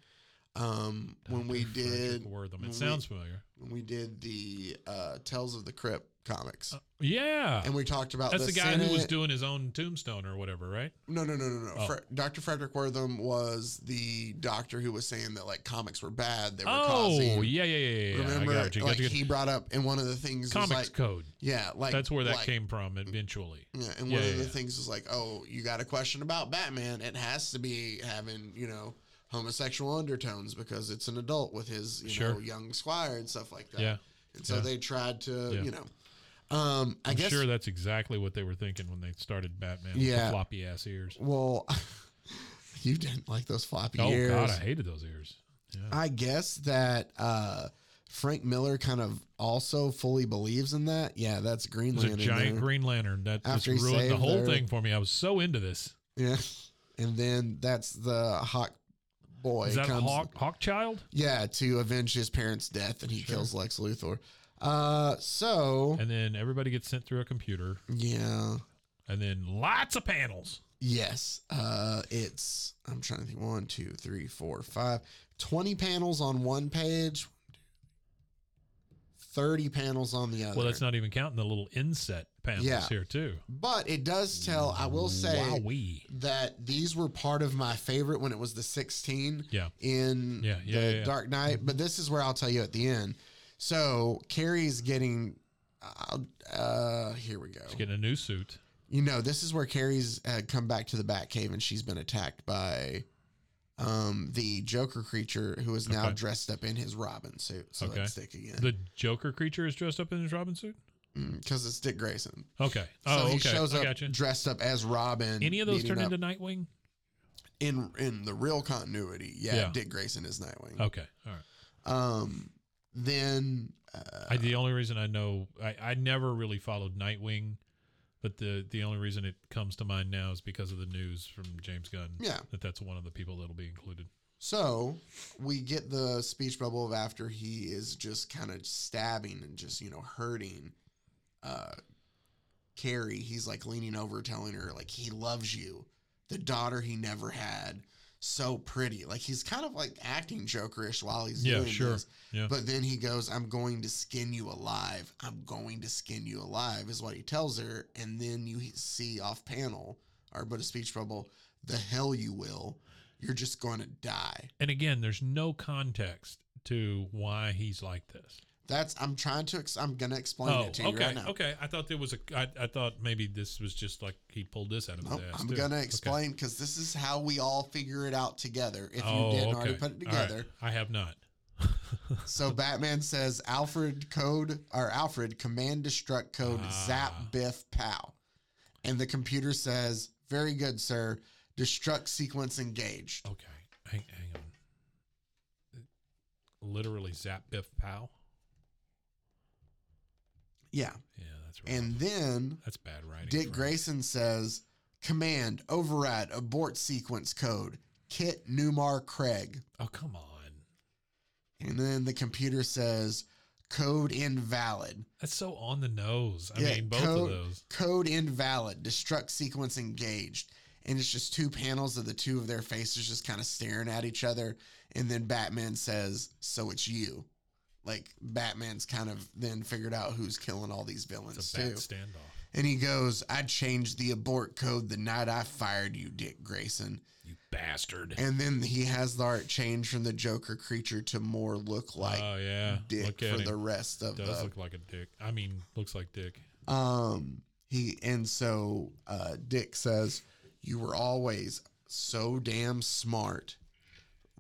Speaker 2: Um, when we
Speaker 3: Frederick
Speaker 2: did
Speaker 3: Wortham.
Speaker 2: when
Speaker 3: It
Speaker 2: we-
Speaker 3: sounds familiar.
Speaker 2: when we did the uh, Tales of the Crypt comics,
Speaker 3: Yeah.
Speaker 2: and we talked about
Speaker 3: Uh, That's the, guy who was
Speaker 2: Senate-
Speaker 3: doing his own tombstone or whatever, right?
Speaker 2: No, no, no, no, no.
Speaker 3: Oh.
Speaker 2: Fre- Dr. Frederick Wortham was the doctor who was saying that like comics were bad. They were
Speaker 3: Oh,
Speaker 2: causing.
Speaker 3: yeah, yeah, yeah, yeah.
Speaker 2: Remember,
Speaker 3: I got you. Got
Speaker 2: like
Speaker 3: you, got you.
Speaker 2: he brought up, and one of the things was
Speaker 3: Comics
Speaker 2: like,
Speaker 3: code.
Speaker 2: yeah, like
Speaker 3: That's where that
Speaker 2: like,
Speaker 3: came from eventually.
Speaker 2: Yeah, and
Speaker 3: Yeah,
Speaker 2: one of
Speaker 3: yeah,
Speaker 2: the
Speaker 3: yeah.
Speaker 2: things is like, oh, you got a question about Batman. It has to be having, you know, homosexual undertones because it's an adult with his, you know,
Speaker 3: Sure.
Speaker 2: young squire and stuff like that.
Speaker 3: Yeah.
Speaker 2: And so
Speaker 3: Yeah.
Speaker 2: they tried to,
Speaker 3: Yeah.
Speaker 2: you know, um, I
Speaker 3: I'm
Speaker 2: guess.
Speaker 3: sure that's exactly what they were thinking when they started Batman with
Speaker 2: Yeah.
Speaker 3: the floppy ass ears.
Speaker 2: well, you didn't like those floppy
Speaker 3: Oh
Speaker 2: ears.
Speaker 3: god, I hated those ears.
Speaker 2: I guess that uh, Frank Miller kind of also fully believes in that. Yeah, that's Green
Speaker 3: It was a
Speaker 2: Lantern.
Speaker 3: giant
Speaker 2: there.
Speaker 3: Green Lantern that
Speaker 2: After he
Speaker 3: just ruined the
Speaker 2: saved
Speaker 3: whole
Speaker 2: their-
Speaker 3: thing for me. I was so into this.
Speaker 2: Yeah, and then that's the Hawk boy.
Speaker 3: Is that
Speaker 2: comes-
Speaker 3: Hawk Hawk Child?
Speaker 2: Yeah, to avenge his parents' death, and he kills Lex Luthor. Uh, so
Speaker 3: And then everybody gets sent through a computer,
Speaker 2: yeah,
Speaker 3: and then lots of panels.
Speaker 2: Yes. Uh, it's, I'm trying to think, one, two, three, four, five, 20 panels on one page, 30 panels on the other.
Speaker 3: Well, that's not even counting the little inset panels
Speaker 2: Yeah.
Speaker 3: here too.
Speaker 2: But it does tell, I will say
Speaker 3: Wowee.
Speaker 2: that these were part of my favorite when it was the 16
Speaker 3: Yeah.
Speaker 2: in
Speaker 3: Yeah, yeah,
Speaker 2: the
Speaker 3: yeah, yeah.
Speaker 2: Dark Knight. But this is where I'll tell you at the end. So Carrie's getting, I'll- uh, here we go.
Speaker 3: Getting a new suit.
Speaker 2: You know, this is where Carrie's uh, come back to the Batcave and she's been attacked by um, the Joker creature who is now
Speaker 3: Okay.
Speaker 2: dressed up in his Robin suit. So
Speaker 3: Okay.
Speaker 2: that's Dick again.
Speaker 3: The Joker creature is dressed up in his Robin suit.
Speaker 2: Because it's Dick Grayson.
Speaker 3: Okay. Oh,
Speaker 2: so he
Speaker 3: okay.
Speaker 2: shows
Speaker 3: I
Speaker 2: up
Speaker 3: gotcha.
Speaker 2: dressed up as Robin.
Speaker 3: Any of those
Speaker 2: beating
Speaker 3: turn
Speaker 2: up-
Speaker 3: into Nightwing?
Speaker 2: in in the real continuity. Yeah,
Speaker 3: Yeah.
Speaker 2: Dick Grayson is Nightwing.
Speaker 3: Okay. All right.
Speaker 2: Um, then uh,
Speaker 3: I, the only reason I know I, I never really followed Nightwing, but the the only reason it comes to mind now is because of the news from James Gunn.
Speaker 2: Yeah.
Speaker 3: that that's one of the people that'll be included.
Speaker 2: so we get the speech bubble of after he is just kind of stabbing and just you know hurting. Uh, Carrie, he's like leaning over, telling her like he loves you, the daughter he never had. So pretty, like he's kind of like acting jokerish while he's
Speaker 3: Yeah,
Speaker 2: doing
Speaker 3: sure.
Speaker 2: this.
Speaker 3: Yeah.
Speaker 2: But then he goes, I'm going to skin you alive. I'm going to skin you alive, is what he tells her. And then you see off panel, or but a speech bubble, the hell you will. You're just going to die.
Speaker 3: And again, there's no context to why he's like this.
Speaker 2: That's, I'm trying to, ex- I'm going to explain
Speaker 3: Oh,
Speaker 2: it to you
Speaker 3: okay,
Speaker 2: right now.
Speaker 3: okay. I thought there was a. I, I thought maybe this was just like he pulled this out of
Speaker 2: Nope,
Speaker 3: his
Speaker 2: Oh,
Speaker 3: ass.
Speaker 2: I'm
Speaker 3: too.
Speaker 2: going to
Speaker 3: Okay.
Speaker 2: explain because this is how we all figure it out together. If you
Speaker 3: Oh,
Speaker 2: didn't
Speaker 3: okay.
Speaker 2: already put it
Speaker 3: All right.
Speaker 2: together.
Speaker 3: I have not.
Speaker 2: So Batman says Alfred code or Alfred command destruct code
Speaker 3: Ah.
Speaker 2: zap biff pow. And the computer says, Very good, sir. Destruct sequence engaged.
Speaker 3: Okay, hang, hang on. Literally, zap biff pow.
Speaker 2: Yeah.
Speaker 3: Yeah, that's right.
Speaker 2: And then
Speaker 3: that's bad writing.
Speaker 2: Dick
Speaker 3: for him.
Speaker 2: Grayson says, Command override abort sequence code Kit Newmar Craig.
Speaker 3: Oh come on.
Speaker 2: And then the computer says, Code invalid.
Speaker 3: That's so on the nose. I mean, both
Speaker 2: code,
Speaker 3: of those.
Speaker 2: Code invalid. Destruct sequence engaged. And it's just two panels of the two of their faces just kind of staring at each other. And then Batman says, So it's you. Like Batman's kind of then figured out who's killing all these villains
Speaker 3: It's a bad
Speaker 2: too.
Speaker 3: standoff.
Speaker 2: And he goes, I changed the abort code the night I fired you, Dick Grayson.
Speaker 3: You bastard.
Speaker 2: And then he has the art change from the Joker creature to more look like
Speaker 3: oh yeah.
Speaker 2: Dick
Speaker 3: Look
Speaker 2: for
Speaker 3: at
Speaker 2: the
Speaker 3: him.
Speaker 2: rest of
Speaker 3: Does
Speaker 2: the
Speaker 3: look like a dick. I mean, looks like dick.
Speaker 2: Um, he and so uh, Dick says, "You were always so damn smart."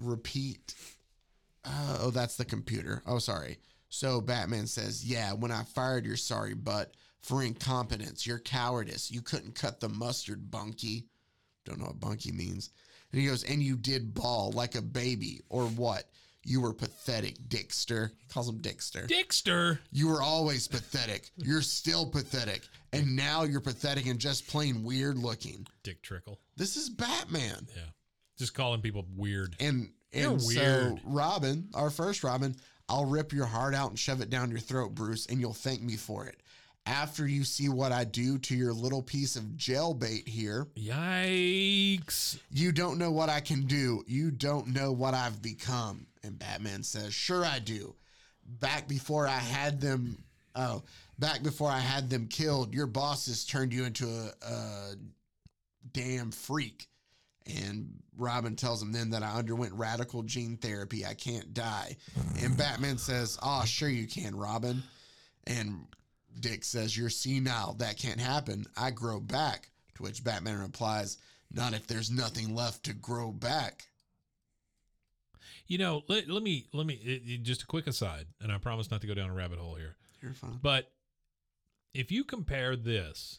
Speaker 2: Repeat. Uh, oh, that's the computer. Oh, sorry. So Batman says, "Yeah, when I fired your sorry butt for incompetence, your cowardice, you couldn't cut the mustard, Bunky." Don't know what Bunky means. And he goes, "And you did ball like a baby, or what? You were pathetic, Dickster." He calls him Dickster.
Speaker 3: Dickster.
Speaker 2: You were always pathetic. You're still pathetic. And now you're pathetic and just plain weird looking.
Speaker 3: Dick trickle.
Speaker 2: This is Batman.
Speaker 3: Yeah. Just calling people weird.
Speaker 2: And
Speaker 3: You're
Speaker 2: and so
Speaker 3: weird.
Speaker 2: Robin, our first Robin, I'll rip your heart out and shove it down your throat, Bruce, and you'll thank me for it. After you see what I do to your little piece of jail bait here,
Speaker 3: Yikes.
Speaker 2: you don't know what I can do. You don't know what I've become. And Batman says, Sure, I do. Back before I had them, oh, back before I had them killed, your bosses turned you into a, a damn freak. And Robin tells him then that I underwent radical gene therapy. I can't die. And Batman says, Oh, sure you can, Robin. And Dick says, You're senile. That can't happen. I grow back. To which Batman replies, Not if there's nothing left to grow back.
Speaker 3: You know, let, let me let me it, it- just a quick aside, and I promise not to go down a rabbit hole here.
Speaker 2: You're fine.
Speaker 3: But if you compare this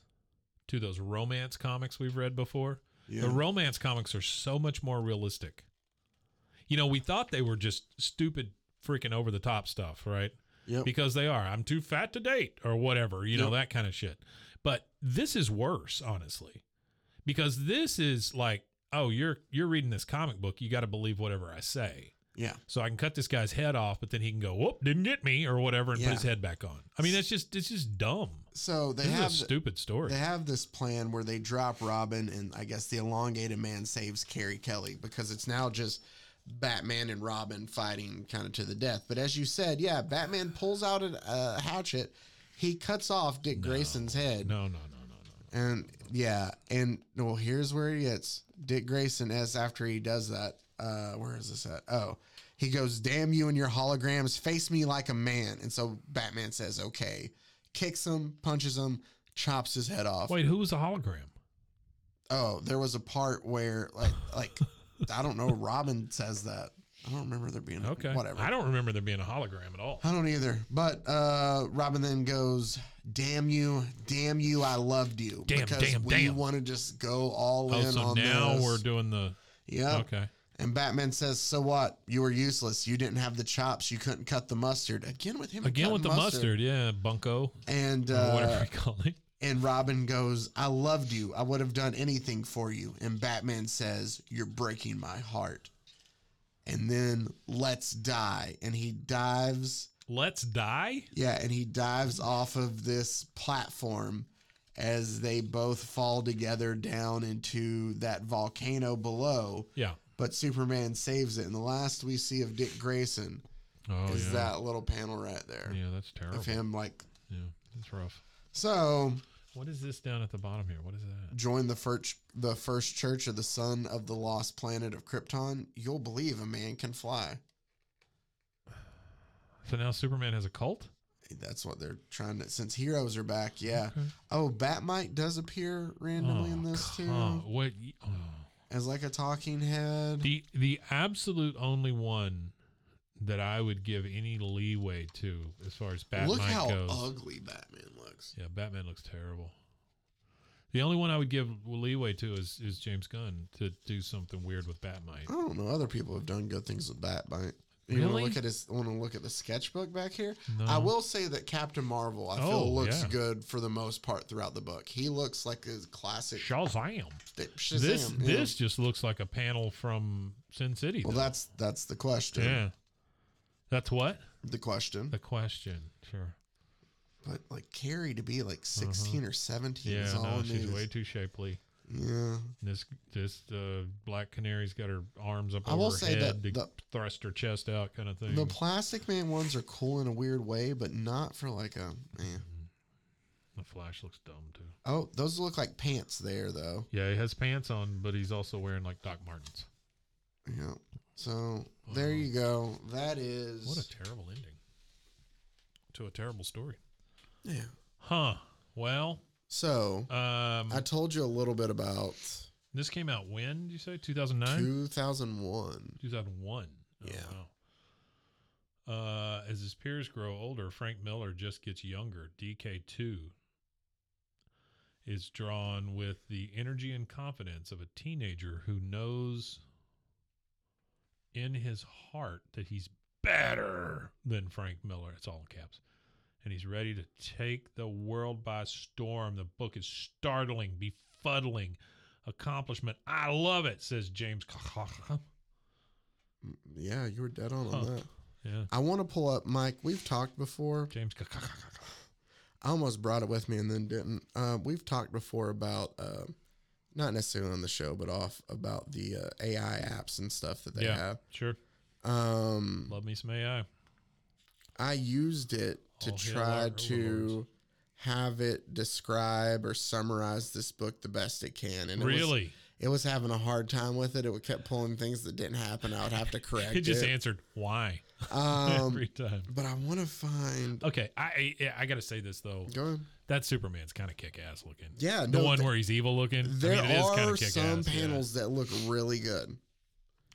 Speaker 3: to those romance comics we've read before,
Speaker 2: Yeah.
Speaker 3: the romance comics are so much more realistic. You know, we thought they were just stupid, freaking over the top stuff, right?
Speaker 2: Yep.
Speaker 3: Because they are. I'm too fat to date or whatever, you know,
Speaker 2: Yep.
Speaker 3: that kind of shit. But this is worse, honestly. Because this is like, oh, you're you're reading this comic book, you got to believe whatever I say.
Speaker 2: Yeah.
Speaker 3: So I can cut this guy's head off, but then he can go, "Whoop, didn't get me," or whatever, and
Speaker 2: Yeah.
Speaker 3: put his head back on. I mean, that's just it's just dumb.
Speaker 2: So they
Speaker 3: this
Speaker 2: have
Speaker 3: is a
Speaker 2: the-
Speaker 3: stupid story.
Speaker 2: They have this plan where they drop Robin, and I guess the elongated man saves Carrie Kelly because it's now just Batman and Robin fighting kind of to the death. But as you said, yeah, Batman pulls out a uh, hatchet. He cuts off Dick Grayson's head.
Speaker 3: no, no, no, no, no.
Speaker 2: And yeah, and well, here's where he gets Dick Grayson as after he does that. Uh, where is this at? Oh, he goes, "Damn you and your holograms! Face me like a man." And so Batman says, "Okay," kicks him, punches him, chops his head off.
Speaker 3: Wait, who was a hologram?
Speaker 2: Oh, there was a part where like like I don't know. Robin says that. I don't remember there being
Speaker 3: Okay,
Speaker 2: whatever.
Speaker 3: I don't remember there being a hologram at all.
Speaker 2: I don't either. But uh, Robin then goes, "Damn you, damn you, I loved you."
Speaker 3: Damn,
Speaker 2: because
Speaker 3: damn,
Speaker 2: we
Speaker 3: damn.
Speaker 2: want to just go all
Speaker 3: Oh,
Speaker 2: in
Speaker 3: so
Speaker 2: on
Speaker 3: now
Speaker 2: this.
Speaker 3: we're doing the
Speaker 2: Yep.
Speaker 3: okay.
Speaker 2: And Batman says, "So what? You were useless. You didn't have the chops. You couldn't cut the mustard." Again with him.
Speaker 3: Again
Speaker 2: cutting
Speaker 3: with the mustard, yeah, bunko,
Speaker 2: And
Speaker 3: or
Speaker 2: uh,
Speaker 3: whatever you call it.
Speaker 2: and Robin goes, "I loved you. I would have done anything for you." And Batman says, "You're breaking my heart." And then let's die. And he dives.
Speaker 3: Let's die.
Speaker 2: Yeah, and he dives off of this platform as they both fall together down into that volcano below.
Speaker 3: Yeah.
Speaker 2: But Superman saves it. And the last we see of Dick Grayson
Speaker 3: Oh
Speaker 2: is
Speaker 3: yeah.
Speaker 2: that little panel right there
Speaker 3: yeah, that's terrible.
Speaker 2: of him like
Speaker 3: Yeah, that's rough.
Speaker 2: so
Speaker 3: What is this down at the bottom here? What is that?
Speaker 2: join the first the first church of the son of the lost planet of Krypton, you'll believe a man can fly.
Speaker 3: So now Superman has a cult.
Speaker 2: That's what they're trying to since heroes are back, yeah. Oh, Batmite does appear randomly in this
Speaker 3: Oh, come-
Speaker 2: too.
Speaker 3: What? y- oh.
Speaker 2: As like a talking head.
Speaker 3: The the absolute only one that I would give any leeway to as far as Batman
Speaker 2: Look how
Speaker 3: goes.
Speaker 2: ugly Batman looks.
Speaker 3: yeah, Batman looks terrible. The only one I would give leeway to is, is James Gunn to do something weird with Batmite.
Speaker 2: I don't know. Other people have done good things with Batmite. You want
Speaker 3: Really?
Speaker 2: to look at his? Want to look at the sketchbook back here?
Speaker 3: No.
Speaker 2: I will say that Captain Marvel, I
Speaker 3: Oh,
Speaker 2: feel, looks
Speaker 3: yeah.
Speaker 2: good for the most part throughout the book. He looks like his classic
Speaker 3: Shazam!
Speaker 2: that Shazam.
Speaker 3: This
Speaker 2: yeah.
Speaker 3: this just looks like a panel from Sin City.
Speaker 2: Well,
Speaker 3: though.
Speaker 2: that's that's the question.
Speaker 3: yeah. That's what
Speaker 2: The question.
Speaker 3: the question. Sure.
Speaker 2: But like Carrie to be like 16 or seventeen
Speaker 3: Uh-huh. Yeah,
Speaker 2: is all
Speaker 3: no,
Speaker 2: in
Speaker 3: she's
Speaker 2: these.
Speaker 3: way too shapely.
Speaker 2: yeah.
Speaker 3: This this uh, black canary's got her arms up
Speaker 2: I
Speaker 3: over
Speaker 2: will
Speaker 3: her
Speaker 2: say
Speaker 3: head
Speaker 2: that
Speaker 3: to
Speaker 2: the-
Speaker 3: thrust her chest out, kind of thing.
Speaker 2: The Plastic Man ones are cool in a weird way, but not for like a. eh.
Speaker 3: The Flash looks dumb too.
Speaker 2: Oh, those look like pants there though.
Speaker 3: Yeah, he has pants on, but he's also wearing like Doc Martens.
Speaker 2: Yeah. So there you go. That is.
Speaker 3: What a terrible ending to a terrible story.
Speaker 2: yeah.
Speaker 3: Huh. Well,
Speaker 2: So
Speaker 3: um,
Speaker 2: I told you a little bit about
Speaker 3: this came out when did you say? Two thousand nine.
Speaker 2: 2001.
Speaker 3: 2001.
Speaker 2: Yeah.
Speaker 3: Oh, wow. Uh, as his peers grow older, Frank Miller just gets younger. DK2 is drawn with the energy and confidence of a teenager who knows in his heart that he's better than Frank Miller. It's all in caps. And he's ready to take the world by storm. The book is startling, befuddling accomplishment. I love it, says James.
Speaker 2: Yeah, you were dead on
Speaker 3: Huh.
Speaker 2: on that.
Speaker 3: Yeah.
Speaker 2: I want to pull up Mike. We've talked before.
Speaker 3: James.
Speaker 2: I almost brought it with me and then didn't. Uh, we've talked before about, uh, not necessarily on the show, but off about the uh, AI apps and stuff that they
Speaker 3: yeah.
Speaker 2: have.
Speaker 3: Sure.
Speaker 2: Um,
Speaker 3: Love me some AI.
Speaker 2: I used it to
Speaker 3: All hail
Speaker 2: try
Speaker 3: our
Speaker 2: to
Speaker 3: overlords.
Speaker 2: have it describe or summarize this book the best it can. And it was-
Speaker 3: Really?
Speaker 2: it was having a hard time with it. It would kept pulling things that didn't happen. I would have to correct
Speaker 3: He just
Speaker 2: it.
Speaker 3: answered why
Speaker 2: Um,
Speaker 3: every Uh, time.
Speaker 2: but I want to find.
Speaker 3: Okay, I I, yeah, I got to say this though.
Speaker 2: Go ahead.
Speaker 3: That Superman's kind of kick ass looking.
Speaker 2: Yeah,
Speaker 3: the
Speaker 2: no,
Speaker 3: one
Speaker 2: th-
Speaker 3: where he's evil looking.
Speaker 2: There
Speaker 3: I mean, it is kind
Speaker 2: are
Speaker 3: of kick
Speaker 2: some
Speaker 3: ass.
Speaker 2: panels that look really good.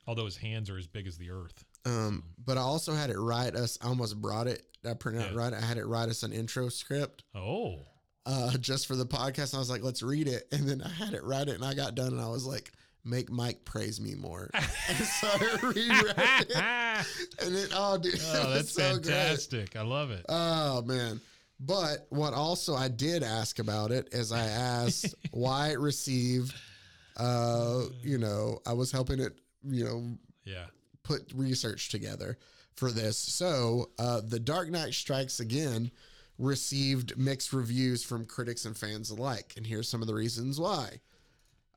Speaker 3: Although his hands are as big as the earth.
Speaker 2: Um, but I also had it write us. I almost brought it. I printed it
Speaker 3: Yeah.
Speaker 2: right. I had it write us an intro script
Speaker 3: Oh,
Speaker 2: uh, just for the podcast. And I was like, let's read it. And then I had it write it, and I got done, and I was like, make Mike praise me more. and so I rewrote it.
Speaker 3: oh,
Speaker 2: And then, oh, dude, it was
Speaker 3: that's
Speaker 2: so great.
Speaker 3: fantastic! I love it.
Speaker 2: Oh man. But what also I did ask about it is I asked why it received uh, you know, I was helping it, you know,
Speaker 3: yeah,
Speaker 2: put research together for this. So, uh, The Dark Knight Strikes Again received mixed reviews from critics and fans alike. And here's some of the reasons why.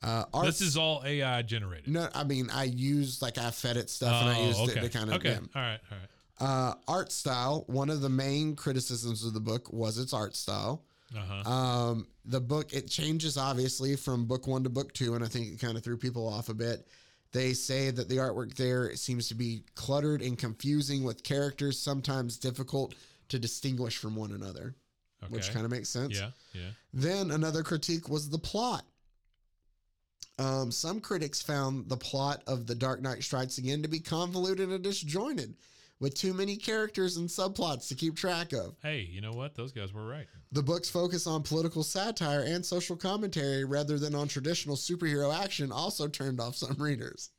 Speaker 2: Uh, our-
Speaker 3: This is all AI generated.
Speaker 2: no, I mean, I used like I fed it stuff and I
Speaker 3: Oh,
Speaker 2: used
Speaker 3: okay.
Speaker 2: it to kind of
Speaker 3: okay.
Speaker 2: yeah.
Speaker 3: All right. All right.
Speaker 2: Uh, art style. One of the main criticisms of the book was its art style.
Speaker 3: Uh-huh.
Speaker 2: Um, the book it changes obviously from book one to book two, and I think it kind of threw people off a bit. They say that the artwork there seems to be cluttered and confusing, with characters sometimes difficult to distinguish from one another,
Speaker 3: okay.
Speaker 2: which kind of makes sense.
Speaker 3: Yeah. Yeah.
Speaker 2: Then another critique was the plot. Um, some critics found the plot of The Dark Knight Strikes Again to be convoluted and disjointed, with too many characters and subplots to keep track of.
Speaker 3: Hey, you know what? Those guys were right.
Speaker 2: The book's focus on political satire and social commentary rather than on traditional superhero action also turned off some readers.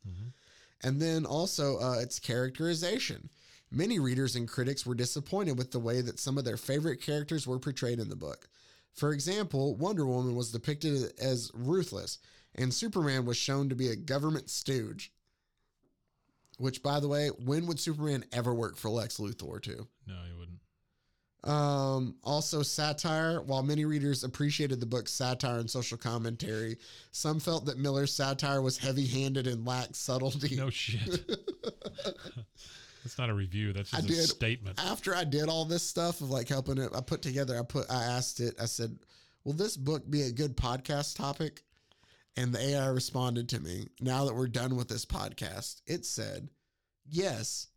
Speaker 2: And then also uh, its characterization. Many readers and critics were disappointed with the way that some of their favorite characters were portrayed in the book. For example, Wonder Woman was depicted as ruthless, and Superman was shown to be a government stooge. Which, by the way, when would Superman ever work for Lex Luthor, too?
Speaker 3: No, you wouldn't.
Speaker 2: Um, also, satire. While many readers appreciated the book's satire and social commentary, some felt that Miller's satire was heavy handed and lacked subtlety.
Speaker 3: No shit. that's not a review. That's
Speaker 2: I
Speaker 3: just a
Speaker 2: did-
Speaker 3: statement.
Speaker 2: After I did all this stuff of like helping it, I put together, I put, I asked it, I said, Will this book be a good podcast topic? And the AI responded to me, Now that we're done with this podcast, it said, Yes,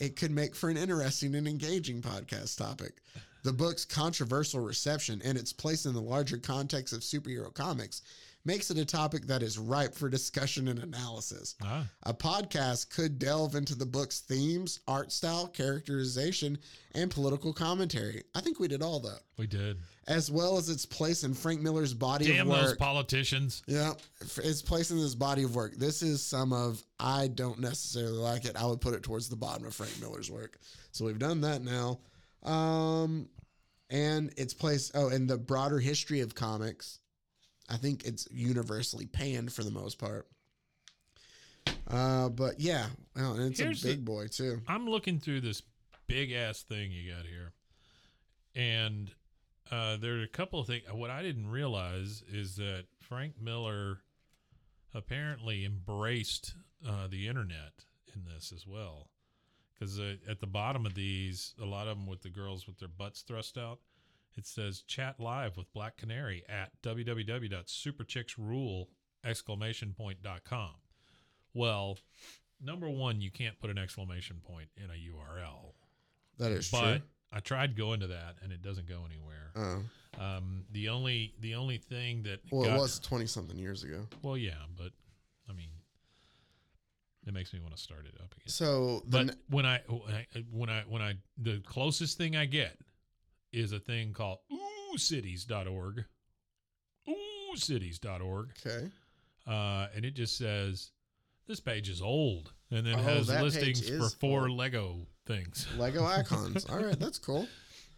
Speaker 2: it could make for an interesting and engaging podcast topic. The book's controversial reception and its place in the larger context of superhero comics makes it a topic that is ripe for discussion and analysis.
Speaker 3: Ah,
Speaker 2: A podcast could delve into the book's themes, art style, characterization, and political commentary. I think we did all that,
Speaker 3: we did.
Speaker 2: as well as its place in Frank Miller's body
Speaker 3: Damn
Speaker 2: of work.
Speaker 3: those politicians.
Speaker 2: yeah, f- its place in this body of work. This is some of I don't necessarily like it. I would put it towards the bottom of Frank Miller's work. So we've done that now. Um, and its place. Oh, and the broader history of comics. I think it's universally panned for the most part. Uh, but yeah, well, and it's
Speaker 3: Here's
Speaker 2: a
Speaker 3: the-
Speaker 2: big boy too.
Speaker 3: I'm looking through this big ass thing you got here, and uh, there are a couple of things. What I didn't realize is that Frank Miller apparently embraced uh, the internet in this as well, because uh, at the bottom of these, a lot of them with the girls with their butts thrust out. It says chat live with Black Canary at www.superchicksrule exclamation point dot com. Well, number one, you can't put an exclamation point in a URL.
Speaker 2: That is
Speaker 3: but
Speaker 2: true.
Speaker 3: I tried going to that and it doesn't go anywhere.
Speaker 2: Oh,
Speaker 3: Um, the only the only thing that
Speaker 2: well,
Speaker 3: got-
Speaker 2: it was twenty something years ago.
Speaker 3: well, yeah, but I mean, it makes me want to start it up again.
Speaker 2: So the
Speaker 3: But
Speaker 2: ne-
Speaker 3: when I when I when I when I the closest thing I get is a thing called oohcities.org. Oohcities.org.
Speaker 2: okay,
Speaker 3: Uh, and it just says this page is old and then
Speaker 2: Oh,
Speaker 3: has
Speaker 2: that
Speaker 3: listings
Speaker 2: page
Speaker 3: for
Speaker 2: is
Speaker 3: four
Speaker 2: old.
Speaker 3: Lego things.
Speaker 2: Lego icons. All right, that's cool.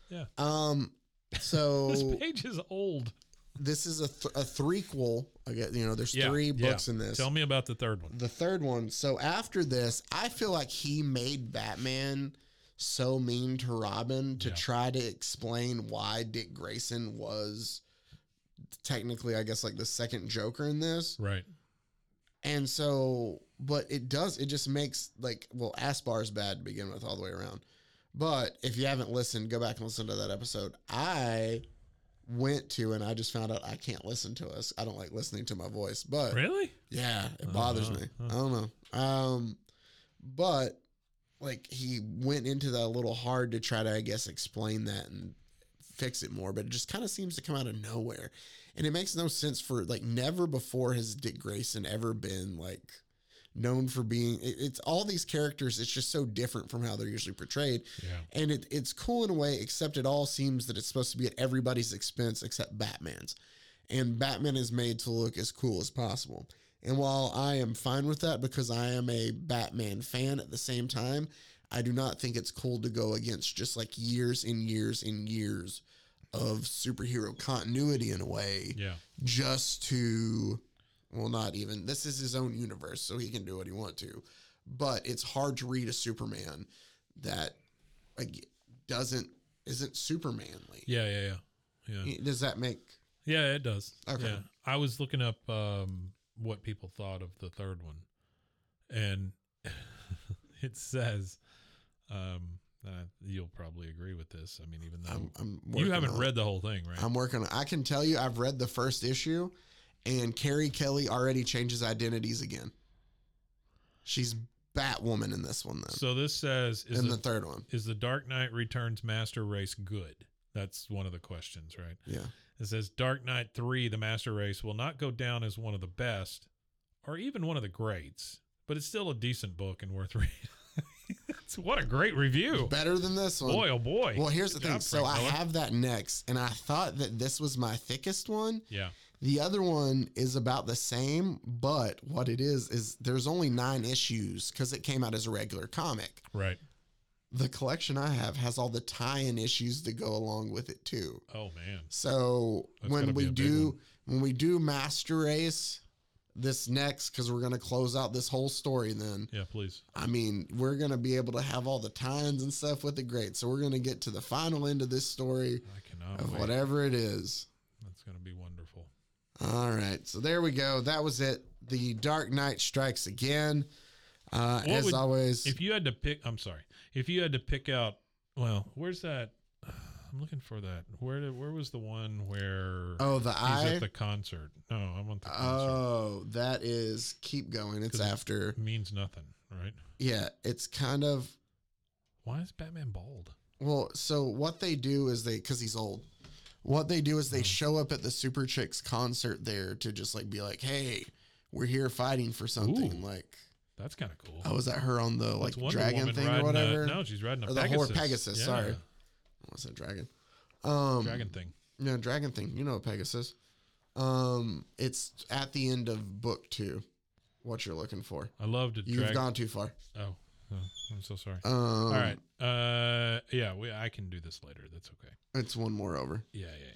Speaker 3: Yeah.
Speaker 2: Um. So
Speaker 3: This page is old.
Speaker 2: this is a th- a threequel. Again, you know, there's three books in this.
Speaker 3: Tell me about the third one.
Speaker 2: The third one. So after this, I feel like he made Batman so mean to Robin to
Speaker 3: Yeah.
Speaker 2: try to explain why Dick Grayson was technically, I guess, like the second Joker in this.
Speaker 3: Right.
Speaker 2: And so, but it does, it just makes like, well, Aspar's bad to begin with all the way around. But if you haven't listened, go back and listen to that episode. I went to and I just found out I can't listen to us. I don't like listening to my voice, but
Speaker 3: Really?
Speaker 2: yeah, it bothers
Speaker 3: Uh,
Speaker 2: me.
Speaker 3: uh.
Speaker 2: I don't know. Um, but like he went into that a little hard to try to, I guess, explain that and fix it more, but it just kind of seems to come out of nowhere. And it makes no sense for like never before has Dick Grayson ever been like known for being it- it's all these characters it's just so different from how they're usually portrayed
Speaker 3: Yeah.
Speaker 2: and it, it's cool in a way except it all seems that it's supposed to be at everybody's expense except batman's and batman is made to look as cool as possible and while i am fine with that because i am a batman fan at the same time i do not think it's cool to go against just like years and years and years of superhero continuity in a way
Speaker 3: Yeah.
Speaker 2: just to well not even this is his own universe so he can do what he want to but it's hard to read a Superman that like doesn't isn't Supermanly.
Speaker 3: Yeah, yeah, yeah. Yeah.
Speaker 2: Does that make
Speaker 3: Yeah, it does.
Speaker 2: Okay.
Speaker 3: Yeah. I was looking up um, what people thought of the third one, and it says, um, uh, you'll probably agree with this. I mean, even though
Speaker 2: I'm, I'm
Speaker 3: you
Speaker 2: working
Speaker 3: haven't
Speaker 2: on it.
Speaker 3: read the whole thing, right?
Speaker 2: I'm working. on- I can tell you, I've read the first issue, and Carrie Kelly already changes identities again. She's Batwoman in this one, then.
Speaker 3: so this says is
Speaker 2: in
Speaker 3: the,
Speaker 2: the third one,
Speaker 3: is the Dark Knight Returns Master Race good? That's one of the questions, right?
Speaker 2: yeah.
Speaker 3: It says Dark Knight 3, the Master Race, will not go down as one of the best or even one of the greats, but it's still a decent book and worth reading. It's- what a great review.
Speaker 2: Better than this one.
Speaker 3: boy, oh boy.
Speaker 2: Well, here's the
Speaker 3: Good
Speaker 2: thing.
Speaker 3: job,
Speaker 2: So
Speaker 3: Frank
Speaker 2: I
Speaker 3: Miller.
Speaker 2: have that next, and I thought that this was my thickest one.
Speaker 3: Yeah.
Speaker 2: The other one is about the same, but what it is is there's only nine issues because it came out as a regular comic.
Speaker 3: Right.
Speaker 2: The collection I have has all the tie-in issues that go along with it too.
Speaker 3: Oh, man.
Speaker 2: So
Speaker 3: That's gotta
Speaker 2: when we
Speaker 3: be a big
Speaker 2: do when we do Master Race this next, because we're gonna close out this whole story then.
Speaker 3: Yeah, please.
Speaker 2: I mean, we're gonna be able to have all the tie-ins and stuff with it. Great. So we're gonna get to the final end of this story
Speaker 3: I cannot
Speaker 2: of
Speaker 3: wait.
Speaker 2: whatever it is.
Speaker 3: That's going to be wonderful.
Speaker 2: All right. So there we go. That was it. The Dark Knight strikes again. Uh,
Speaker 3: What
Speaker 2: as
Speaker 3: would-
Speaker 2: always,
Speaker 3: If you had to pick, I'm sorry. If you had to pick out, well, where's that? I'm looking for that. Where did, where was the one where
Speaker 2: oh the
Speaker 3: he's
Speaker 2: eye.
Speaker 3: at the concert? No, I want the concert.
Speaker 2: Oh, that is keep going. It's
Speaker 3: 'Cause it-
Speaker 2: after.
Speaker 3: means nothing, right?
Speaker 2: Yeah, it's kind of
Speaker 3: Why is Batman bald?
Speaker 2: Well, so what they do is they because he's old. What they do
Speaker 3: Mm.
Speaker 2: is they show up at the Super Chicks concert there to just like be like, "Hey, we're here fighting for something."
Speaker 3: Ooh.
Speaker 2: Like,
Speaker 3: That's kind of cool.
Speaker 2: oh, was that her on the like
Speaker 3: That's Wonder
Speaker 2: dragon
Speaker 3: Woman
Speaker 2: thing or
Speaker 3: riding a-
Speaker 2: whatever?
Speaker 3: no, she's riding a
Speaker 2: Or the
Speaker 3: Pegasus.
Speaker 2: whore Pegasus,
Speaker 3: Yeah.
Speaker 2: sorry. What's that dragon? Um,
Speaker 3: dragon thing.
Speaker 2: No, dragon thing. You know what Pegasus. Um, it's at the end of book two. What you're looking for?
Speaker 3: I loved a
Speaker 2: You've
Speaker 3: dragon.
Speaker 2: gone too far.
Speaker 3: oh, oh, I'm so sorry.
Speaker 2: Um,
Speaker 3: All right. Uh, yeah, we, I can do this later. That's okay.
Speaker 2: it's one more over.
Speaker 3: Yeah, yeah, yeah.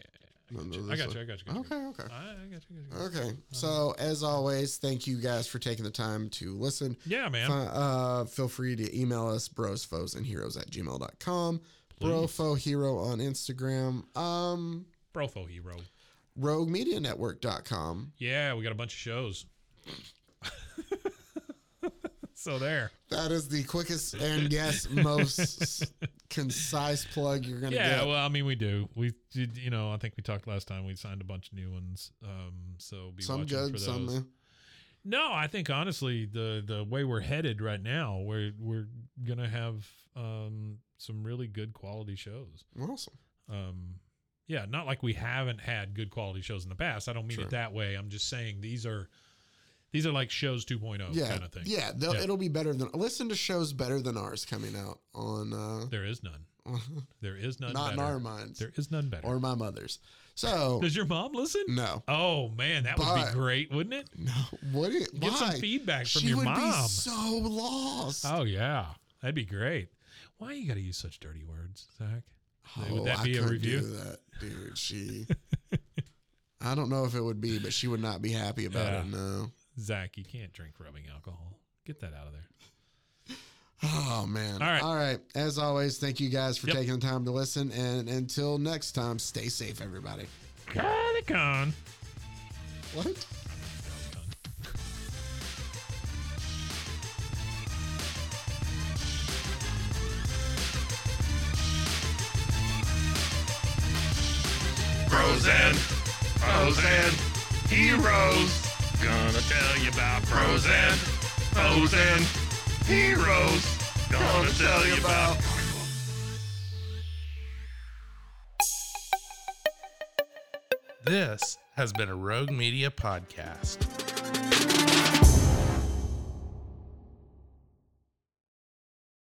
Speaker 2: No, no,
Speaker 3: yeah. I
Speaker 2: this
Speaker 3: got
Speaker 2: one.
Speaker 3: you. I got you. I got you.
Speaker 2: Okay, okay.
Speaker 3: I, I got you. I got you.
Speaker 2: Okay.
Speaker 3: uh,
Speaker 2: So as always, thank you guys for taking the time to listen.
Speaker 3: Yeah, man.
Speaker 2: Fi- Uh, feel free to email us bros, foes, and heroes at gmail.com. Bro,
Speaker 3: Please.
Speaker 2: foe, hero on Instagram. Um,
Speaker 3: Brofo hero.
Speaker 2: roguemedianetwork.com.
Speaker 3: Yeah, we got a bunch of shows. so there.
Speaker 2: That is the quickest and yes, most s- concise plug you're going to
Speaker 3: Yeah,
Speaker 2: get.
Speaker 3: well, I mean, we do. We, did, you know, I think we talked last time. We signed a bunch of new ones. Um, so be
Speaker 2: some
Speaker 3: watching for
Speaker 2: good,
Speaker 3: those.
Speaker 2: some. eh.
Speaker 3: No, I think honestly, the the way we're headed right now, we're we're gonna have um, some really good quality shows.
Speaker 2: eh, Awesome.
Speaker 3: Um, yeah, not like we haven't had good quality shows in the past. I don't mean
Speaker 2: Sure.
Speaker 3: it that way. I'm just saying these are these are like shows 2.0
Speaker 2: yeah.
Speaker 3: kind of Oh, thing.
Speaker 2: Yeah, they'll
Speaker 3: Yeah.
Speaker 2: It'll be better than. Listen to shows better than ours coming out on. Uh,
Speaker 3: There is none. There is none.
Speaker 2: not in
Speaker 3: better.
Speaker 2: our minds.
Speaker 3: There is none better.
Speaker 2: Or my mother's. So.
Speaker 3: Does your mom listen?
Speaker 2: No.
Speaker 3: Oh man, that would
Speaker 2: But-
Speaker 3: be great, wouldn't it?
Speaker 2: No. What? It,
Speaker 3: Get some
Speaker 2: why?
Speaker 3: feedback from
Speaker 2: she
Speaker 3: your
Speaker 2: would Be
Speaker 3: mom.
Speaker 2: so lost.
Speaker 3: Oh yeah, that'd be great. Why you got to use such dirty words, Zach?
Speaker 2: Oh,
Speaker 3: would that
Speaker 2: I
Speaker 3: be a
Speaker 2: couldn't
Speaker 3: review?
Speaker 2: Do that, dude. She. I don't know if it would be, but she would not be happy about it.
Speaker 3: Yeah.
Speaker 2: No.
Speaker 3: Zach, you can't drink rubbing alcohol. Get that out of there.
Speaker 2: Oh man.
Speaker 3: All right.
Speaker 2: All right. As always, thank you guys for
Speaker 3: Yep.
Speaker 2: taking the time to listen, and until next time, stay safe, everybody.
Speaker 3: Comic Con.
Speaker 2: What?
Speaker 1: Bros and foes and heroes. Gonna tell you about bros and foes and heroes. Gonna tell you about.
Speaker 4: This has been a Rogue Media podcast.